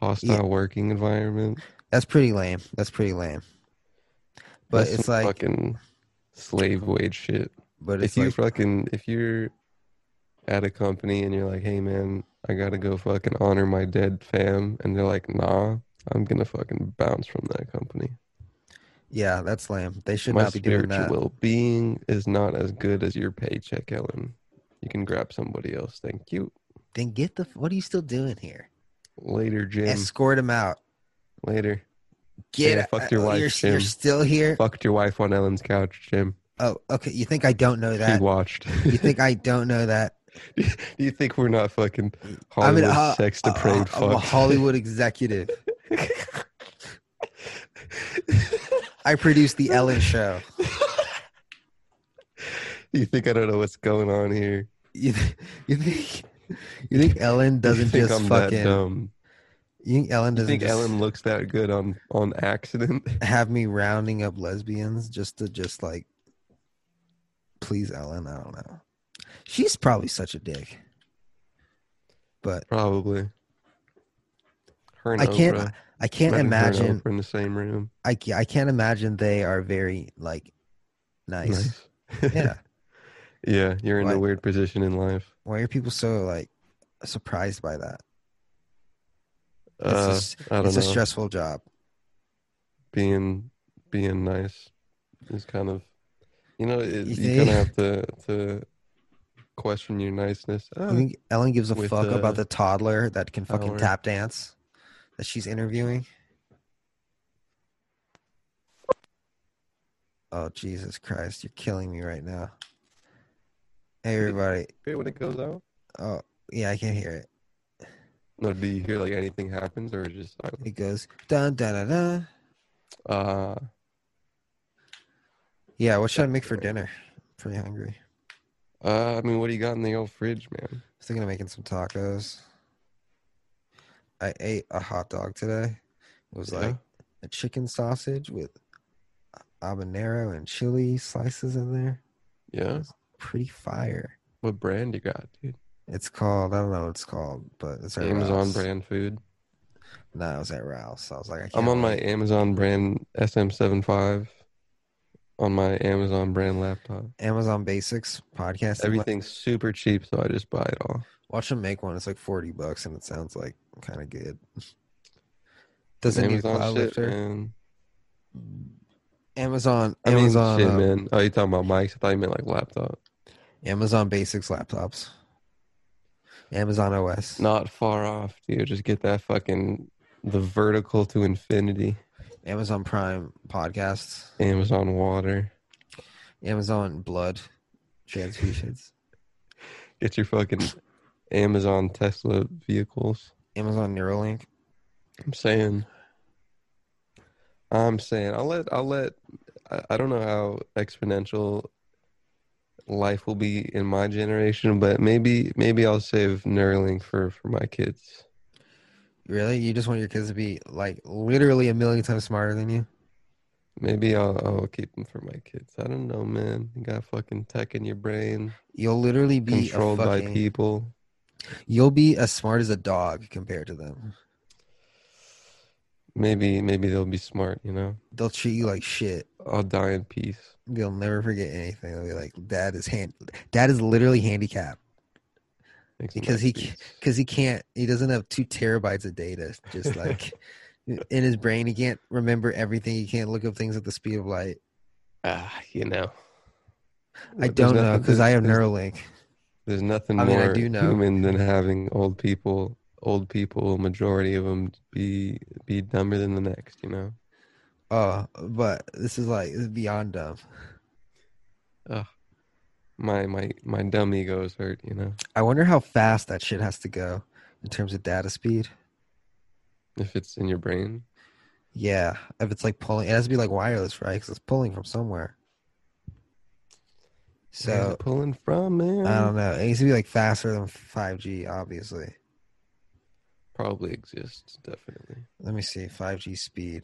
Speaker 2: Hostile working environment.
Speaker 1: That's pretty lame. That's pretty lame. But
Speaker 2: That's
Speaker 1: it's
Speaker 2: some
Speaker 1: like,
Speaker 2: fucking slave wage shit.
Speaker 1: but
Speaker 2: If
Speaker 1: it's
Speaker 2: you
Speaker 1: like,
Speaker 2: fucking if you're at a company and you're like, hey man, I gotta go fucking honor my dead fam, and they're like, nah, I'm gonna fucking bounce from that company.
Speaker 1: yeah, that's lame. They should
Speaker 2: my
Speaker 1: not be doing
Speaker 2: spiritual
Speaker 1: that.
Speaker 2: well being is not as good as your paycheck, Ellen. You can grab somebody else. Thank you.
Speaker 1: Then get the. What are you still doing here?
Speaker 2: Later, Jim.
Speaker 1: Escort him out.
Speaker 2: Later.
Speaker 1: Get.
Speaker 2: Yeah, fuck your wife,
Speaker 1: you're,
Speaker 2: Jim.
Speaker 1: you're still here.
Speaker 2: Fucked your wife on Ellen's couch, Jim.
Speaker 1: Oh, okay. You think I don't know
Speaker 2: She
Speaker 1: that?
Speaker 2: watched.
Speaker 1: You think I don't know that?
Speaker 2: Do you think we're not fucking
Speaker 1: I'm
Speaker 2: Hollywood
Speaker 1: an ho-
Speaker 2: sex
Speaker 1: I- I-
Speaker 2: depraved
Speaker 1: I'm a
Speaker 2: fucks?
Speaker 1: uh, Hollywood executive. I produce the Ellen Show.
Speaker 2: you think I don't know what's going on here?
Speaker 1: You, th- you think you think Ellen doesn't
Speaker 2: you think
Speaker 1: just
Speaker 2: I'm
Speaker 1: fucking?
Speaker 2: that dumb?
Speaker 1: You think Ellen
Speaker 2: You
Speaker 1: doesn't
Speaker 2: think
Speaker 1: just
Speaker 2: Ellen looks that good on on accident?
Speaker 1: have me rounding up lesbians just to just like please Ellen? I don't know. She's probably such a dick, but
Speaker 2: Probably. Her and
Speaker 1: I can't.
Speaker 2: Oprah.
Speaker 1: I can't
Speaker 2: Imagine her and
Speaker 1: imagine.
Speaker 2: Oprah in the same room.
Speaker 1: I, ca- I can't imagine they are very like nice.
Speaker 2: Nice.
Speaker 1: Yeah.
Speaker 2: yeah, you're in
Speaker 1: Why-
Speaker 2: a weird position in life.
Speaker 1: Why are people so like surprised by that? It's,
Speaker 2: Uh,
Speaker 1: just-
Speaker 2: I don't
Speaker 1: it's a
Speaker 2: know.
Speaker 1: stressful job.
Speaker 2: being being nice is kind of you know it,
Speaker 1: You
Speaker 2: you,
Speaker 1: think-
Speaker 2: kind of have to to question your niceness.
Speaker 1: I
Speaker 2: Ah,
Speaker 1: think Ellen gives a
Speaker 2: With,
Speaker 1: fuck
Speaker 2: uh,
Speaker 1: about the toddler that can fucking
Speaker 2: Howard.
Speaker 1: tap dance that she's interviewing. Oh Jesus Christ, you're killing me right now. Hey everybody.
Speaker 2: hear when it goes out.
Speaker 1: Oh yeah, I can't hear it.
Speaker 2: No, do you hear like anything happens or just silent?
Speaker 1: It goes dun dun dun dun.
Speaker 2: uh
Speaker 1: Yeah, what should I make for dinner? pretty hungry.
Speaker 2: uh I mean what do you got in the old fridge, man?
Speaker 1: I was thinking of making some tacos. I ate a hot dog today, was
Speaker 2: Yeah.
Speaker 1: like a chicken sausage with habanero and chili slices in there.
Speaker 2: Yeah.
Speaker 1: Pretty fire.
Speaker 2: What brand you got, dude?
Speaker 1: It's called I don't know what it's called, but it's at
Speaker 2: Amazon
Speaker 1: Ralph's.
Speaker 2: brand food.
Speaker 1: No, it was at Ralph's. So I was like, I can't
Speaker 2: I'm on my
Speaker 1: wait.
Speaker 2: Amazon brand SM75 on my Amazon brand laptop.
Speaker 1: Amazon Basics podcast.
Speaker 2: Everything's super cheap, so I just buy it all.
Speaker 1: Watch them make one. It's like forty bucks, and it sounds like kind of good. Doesn't need a cloud lifter.
Speaker 2: man.
Speaker 1: Amazon,
Speaker 2: I mean,
Speaker 1: Amazon,
Speaker 2: shit,
Speaker 1: uh,
Speaker 2: man. Oh, you talking about mics? I thought you meant like laptop.
Speaker 1: Amazon Basics laptops. Amazon OS.
Speaker 2: Not far off, dude. Just get that fucking the vertical to infinity.
Speaker 1: Amazon Prime podcasts.
Speaker 2: Amazon water.
Speaker 1: Amazon blood transfusions.
Speaker 2: Get your fucking Amazon Tesla vehicles.
Speaker 1: Amazon Neuralink.
Speaker 2: I'm saying. I'm saying. I'll let. I'll let. I, I don't know how exponential life will be in my generation, but maybe maybe I'll save Neuralink for for my kids.
Speaker 1: Really? You just want your kids to be like literally a million times smarter than you?
Speaker 2: Maybe I'll I'll keep them for my kids. I don't know, man. You got fucking tech in your brain,
Speaker 1: You'll literally be a
Speaker 2: controlled by
Speaker 1: fucking-
Speaker 2: people.
Speaker 1: You'll be as smart as a dog compared to them.
Speaker 2: Maybe maybe they'll be smart. You know,
Speaker 1: They'll treat you like shit.
Speaker 2: I'll die in peace.
Speaker 1: They'll never forget anything. They'll be like, "Dad is hand. Dad is literally handicapped
Speaker 2: Makes me
Speaker 1: because
Speaker 2: like
Speaker 1: he
Speaker 2: peace.
Speaker 1: because he can't. He doesn't have two terabytes of data. Just like in his brain, he can't remember everything. He can't look up things at the speed of light.
Speaker 2: ah, you know.
Speaker 1: I
Speaker 2: There's
Speaker 1: don't know
Speaker 2: nothing-
Speaker 1: because I have
Speaker 2: there's-
Speaker 1: Neuralink.
Speaker 2: There's nothing
Speaker 1: I mean, I
Speaker 2: more
Speaker 1: do know.
Speaker 2: human than having old people, old people, majority of them be be dumber than the next, you know.
Speaker 1: Oh, but this is like this is beyond dumb.
Speaker 2: My my my dumb ego's hurt, you know.
Speaker 1: I wonder how fast that shit has to go in terms of data speed.
Speaker 2: If it's in your brain,
Speaker 1: Yeah, if it's like pulling, it has to be like wireless, right? Because it's pulling from somewhere.
Speaker 2: where's
Speaker 1: So
Speaker 2: it pulling from, man?
Speaker 1: I don't know. It needs to be like faster than five G, obviously.
Speaker 2: Probably exists, definitely.
Speaker 1: Let me see five G speed.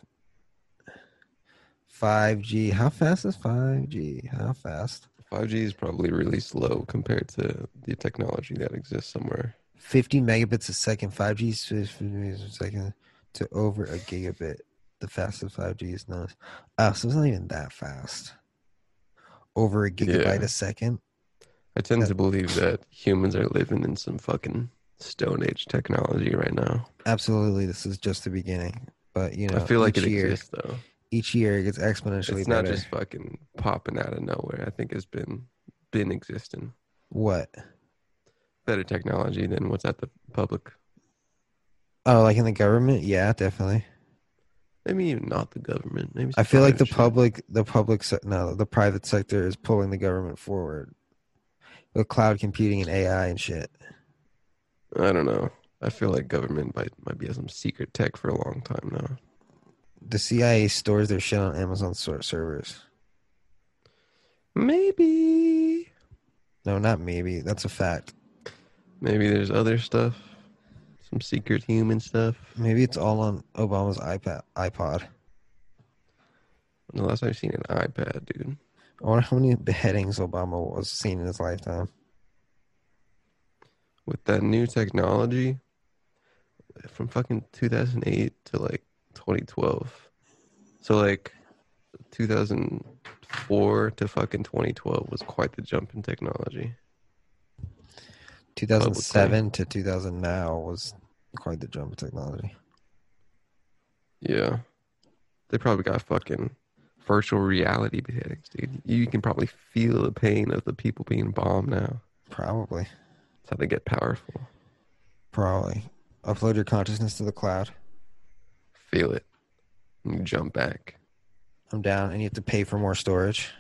Speaker 1: Five G. How fast is five G? How fast?
Speaker 2: 5G is probably really slow compared to the technology that exists somewhere.
Speaker 1: Fifty megabits a second. Five G speed megabits a second to over a gigabit. The fastest five G is known. as- Oh, so it's not even that fast. Over a gigabyte a second.
Speaker 2: I tend
Speaker 1: Yeah.
Speaker 2: to believe that humans are living in some fucking stone age technology right now.
Speaker 1: Absolutely, this is just the beginning. But you know,
Speaker 2: I feel like
Speaker 1: each
Speaker 2: it
Speaker 1: year,
Speaker 2: exists though.
Speaker 1: Each year it gets exponentially
Speaker 2: it's not
Speaker 1: better.
Speaker 2: just fucking popping out of nowhere. I think it's been been existing.
Speaker 1: what?
Speaker 2: Better technology than what's at the public.
Speaker 1: Oh, like in the government? Yeah, definitely.
Speaker 2: Maybe even not the government. Maybe
Speaker 1: I
Speaker 2: some
Speaker 1: feel like the
Speaker 2: private shit.
Speaker 1: public, the public, se- no, the private sector is pulling the government forward with cloud computing and AI and shit.
Speaker 2: I don't know. I feel like government might might be some secret tech for a long time now.
Speaker 1: The CIA stores their shit on Amazon ser- servers.
Speaker 2: Maybe
Speaker 1: No, not maybe. That's a fact.
Speaker 2: maybe there's other stuff, some secret human stuff.
Speaker 1: Maybe it's all on Obama's iPad. iPod.
Speaker 2: The last I've seen an iPad, dude.
Speaker 1: I wonder how many beheadings Obama was seen in his lifetime.
Speaker 2: with that new technology from fucking 2008 to like 2012. So like 2004 to fucking 2012 was quite the jump in technology.
Speaker 1: 2007 to 2000 now was quite the jump in technology.
Speaker 2: Yeah. They probably got fucking virtual reality beheadings, dude. You can probably feel the pain of the people being bombed now.
Speaker 1: Probably.
Speaker 2: That's how they get powerful.
Speaker 1: Probably. Upload your consciousness to the cloud.
Speaker 2: Feel it. And you jump back.
Speaker 1: I'm down. And you have to pay for more storage.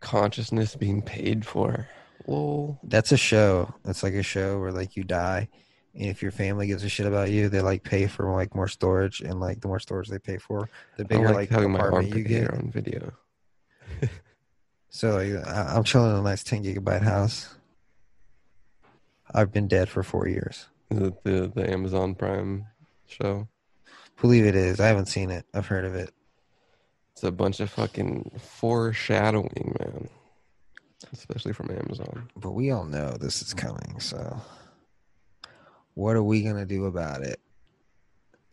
Speaker 2: Consciousness being paid for. Lol.
Speaker 1: That's a show. That's like a show where like you die. And if your family gives a shit about you, they like pay for like more storage. And like the more storage they pay for, the
Speaker 2: I
Speaker 1: bigger
Speaker 2: like,
Speaker 1: like,
Speaker 2: having my
Speaker 1: apartment you
Speaker 2: armpit hair
Speaker 1: get.
Speaker 2: on video.
Speaker 1: So like, I- I'm chilling in a nice 10 gigabyte house. I've been dead for four years.
Speaker 2: Is it the, the Amazon Prime show?
Speaker 1: believe it is. I haven't seen it. I've heard of it.
Speaker 2: It's a bunch of fucking foreshadowing, man. Especially from Amazon.
Speaker 1: But we all know this is coming, so what are we gonna do about it?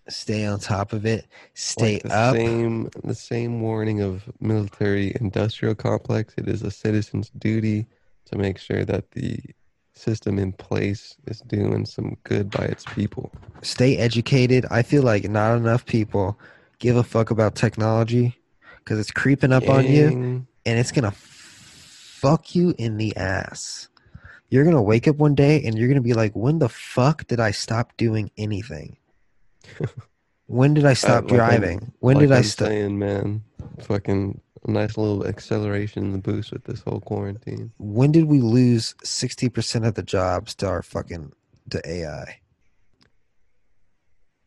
Speaker 1: Stay on top of it. Stay
Speaker 2: Like the
Speaker 1: up.
Speaker 2: Same, the same warning of military industrial complex. It is a citizen's duty to make sure that the system in place is doing some good by its people.
Speaker 1: Stay educated. I feel like not enough people give a fuck about technology because it's creeping up on you.
Speaker 2: Gang.
Speaker 1: and it's gonna f- fuck you in the ass. You're gonna wake up one day and you're gonna be like, "When the fuck did I stop doing anything? when did I stop
Speaker 2: Uh, like I'm-
Speaker 1: driving? when
Speaker 2: Like
Speaker 1: did I
Speaker 2: I'm
Speaker 1: stop?"
Speaker 2: saying, man? Fucking nice little acceleration in the boost with this whole quarantine.
Speaker 1: When did we lose sixty percent of the jobs to our fucking to AI?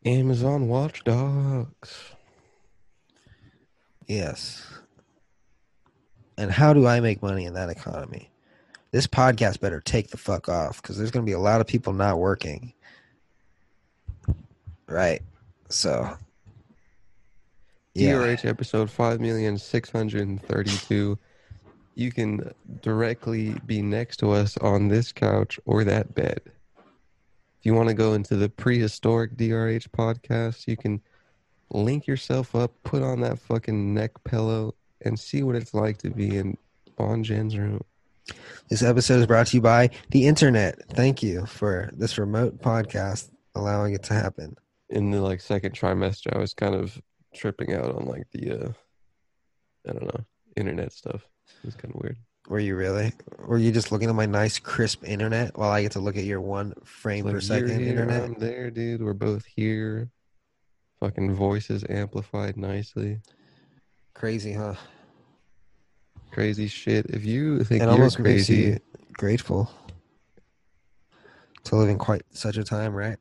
Speaker 2: Amazon watchdogs.
Speaker 1: Yes. And how do I make money in that economy? This podcast better take the fuck off because there's going to be a lot of people not working. Right. So. Yeah.
Speaker 2: DRH episode five million six hundred and thirty-two. You can directly be next to us on this couch or that bed. If you want to go into the prehistoric DRH podcast, you can link yourself up, put on that fucking neck pillow, and see what it's like to be in Bon Jen's room.
Speaker 1: This episode is brought to you by the internet. Thank you for this remote podcast allowing it to happen.
Speaker 2: in the like second trimester i was kind of tripping out on like the uh i don't know internet stuff it was kind of weird
Speaker 1: Were you really? Were you just looking at my nice, crisp internet while I get to look at your one frame
Speaker 2: Like,
Speaker 1: per
Speaker 2: you're
Speaker 1: second
Speaker 2: here, um,
Speaker 1: internet?
Speaker 2: i'm there dude we're both here fucking voices amplified nicely
Speaker 1: Crazy, huh?
Speaker 2: crazy shit if you think
Speaker 1: It
Speaker 2: you're
Speaker 1: almost makes
Speaker 2: crazy
Speaker 1: you grateful to live in quite such a time, right?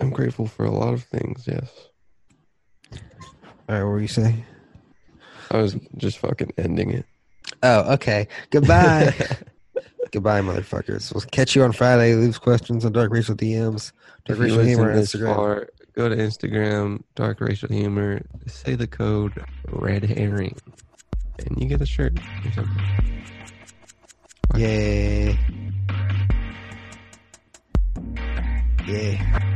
Speaker 2: i'm grateful for a lot of things yes
Speaker 1: All right, what were you saying?
Speaker 2: i was just fucking ending it
Speaker 1: Oh, okay. Goodbye. Goodbye, motherfuckers. We'll catch you on Friday. Leave us questions on Dark Racial DMs. Dark
Speaker 2: If you
Speaker 1: Racial Humor on
Speaker 2: listen this
Speaker 1: Instagram.
Speaker 2: far, go to instagram dark racial humor say the code red herring and you get a shirt or something
Speaker 1: Yay. Yeah.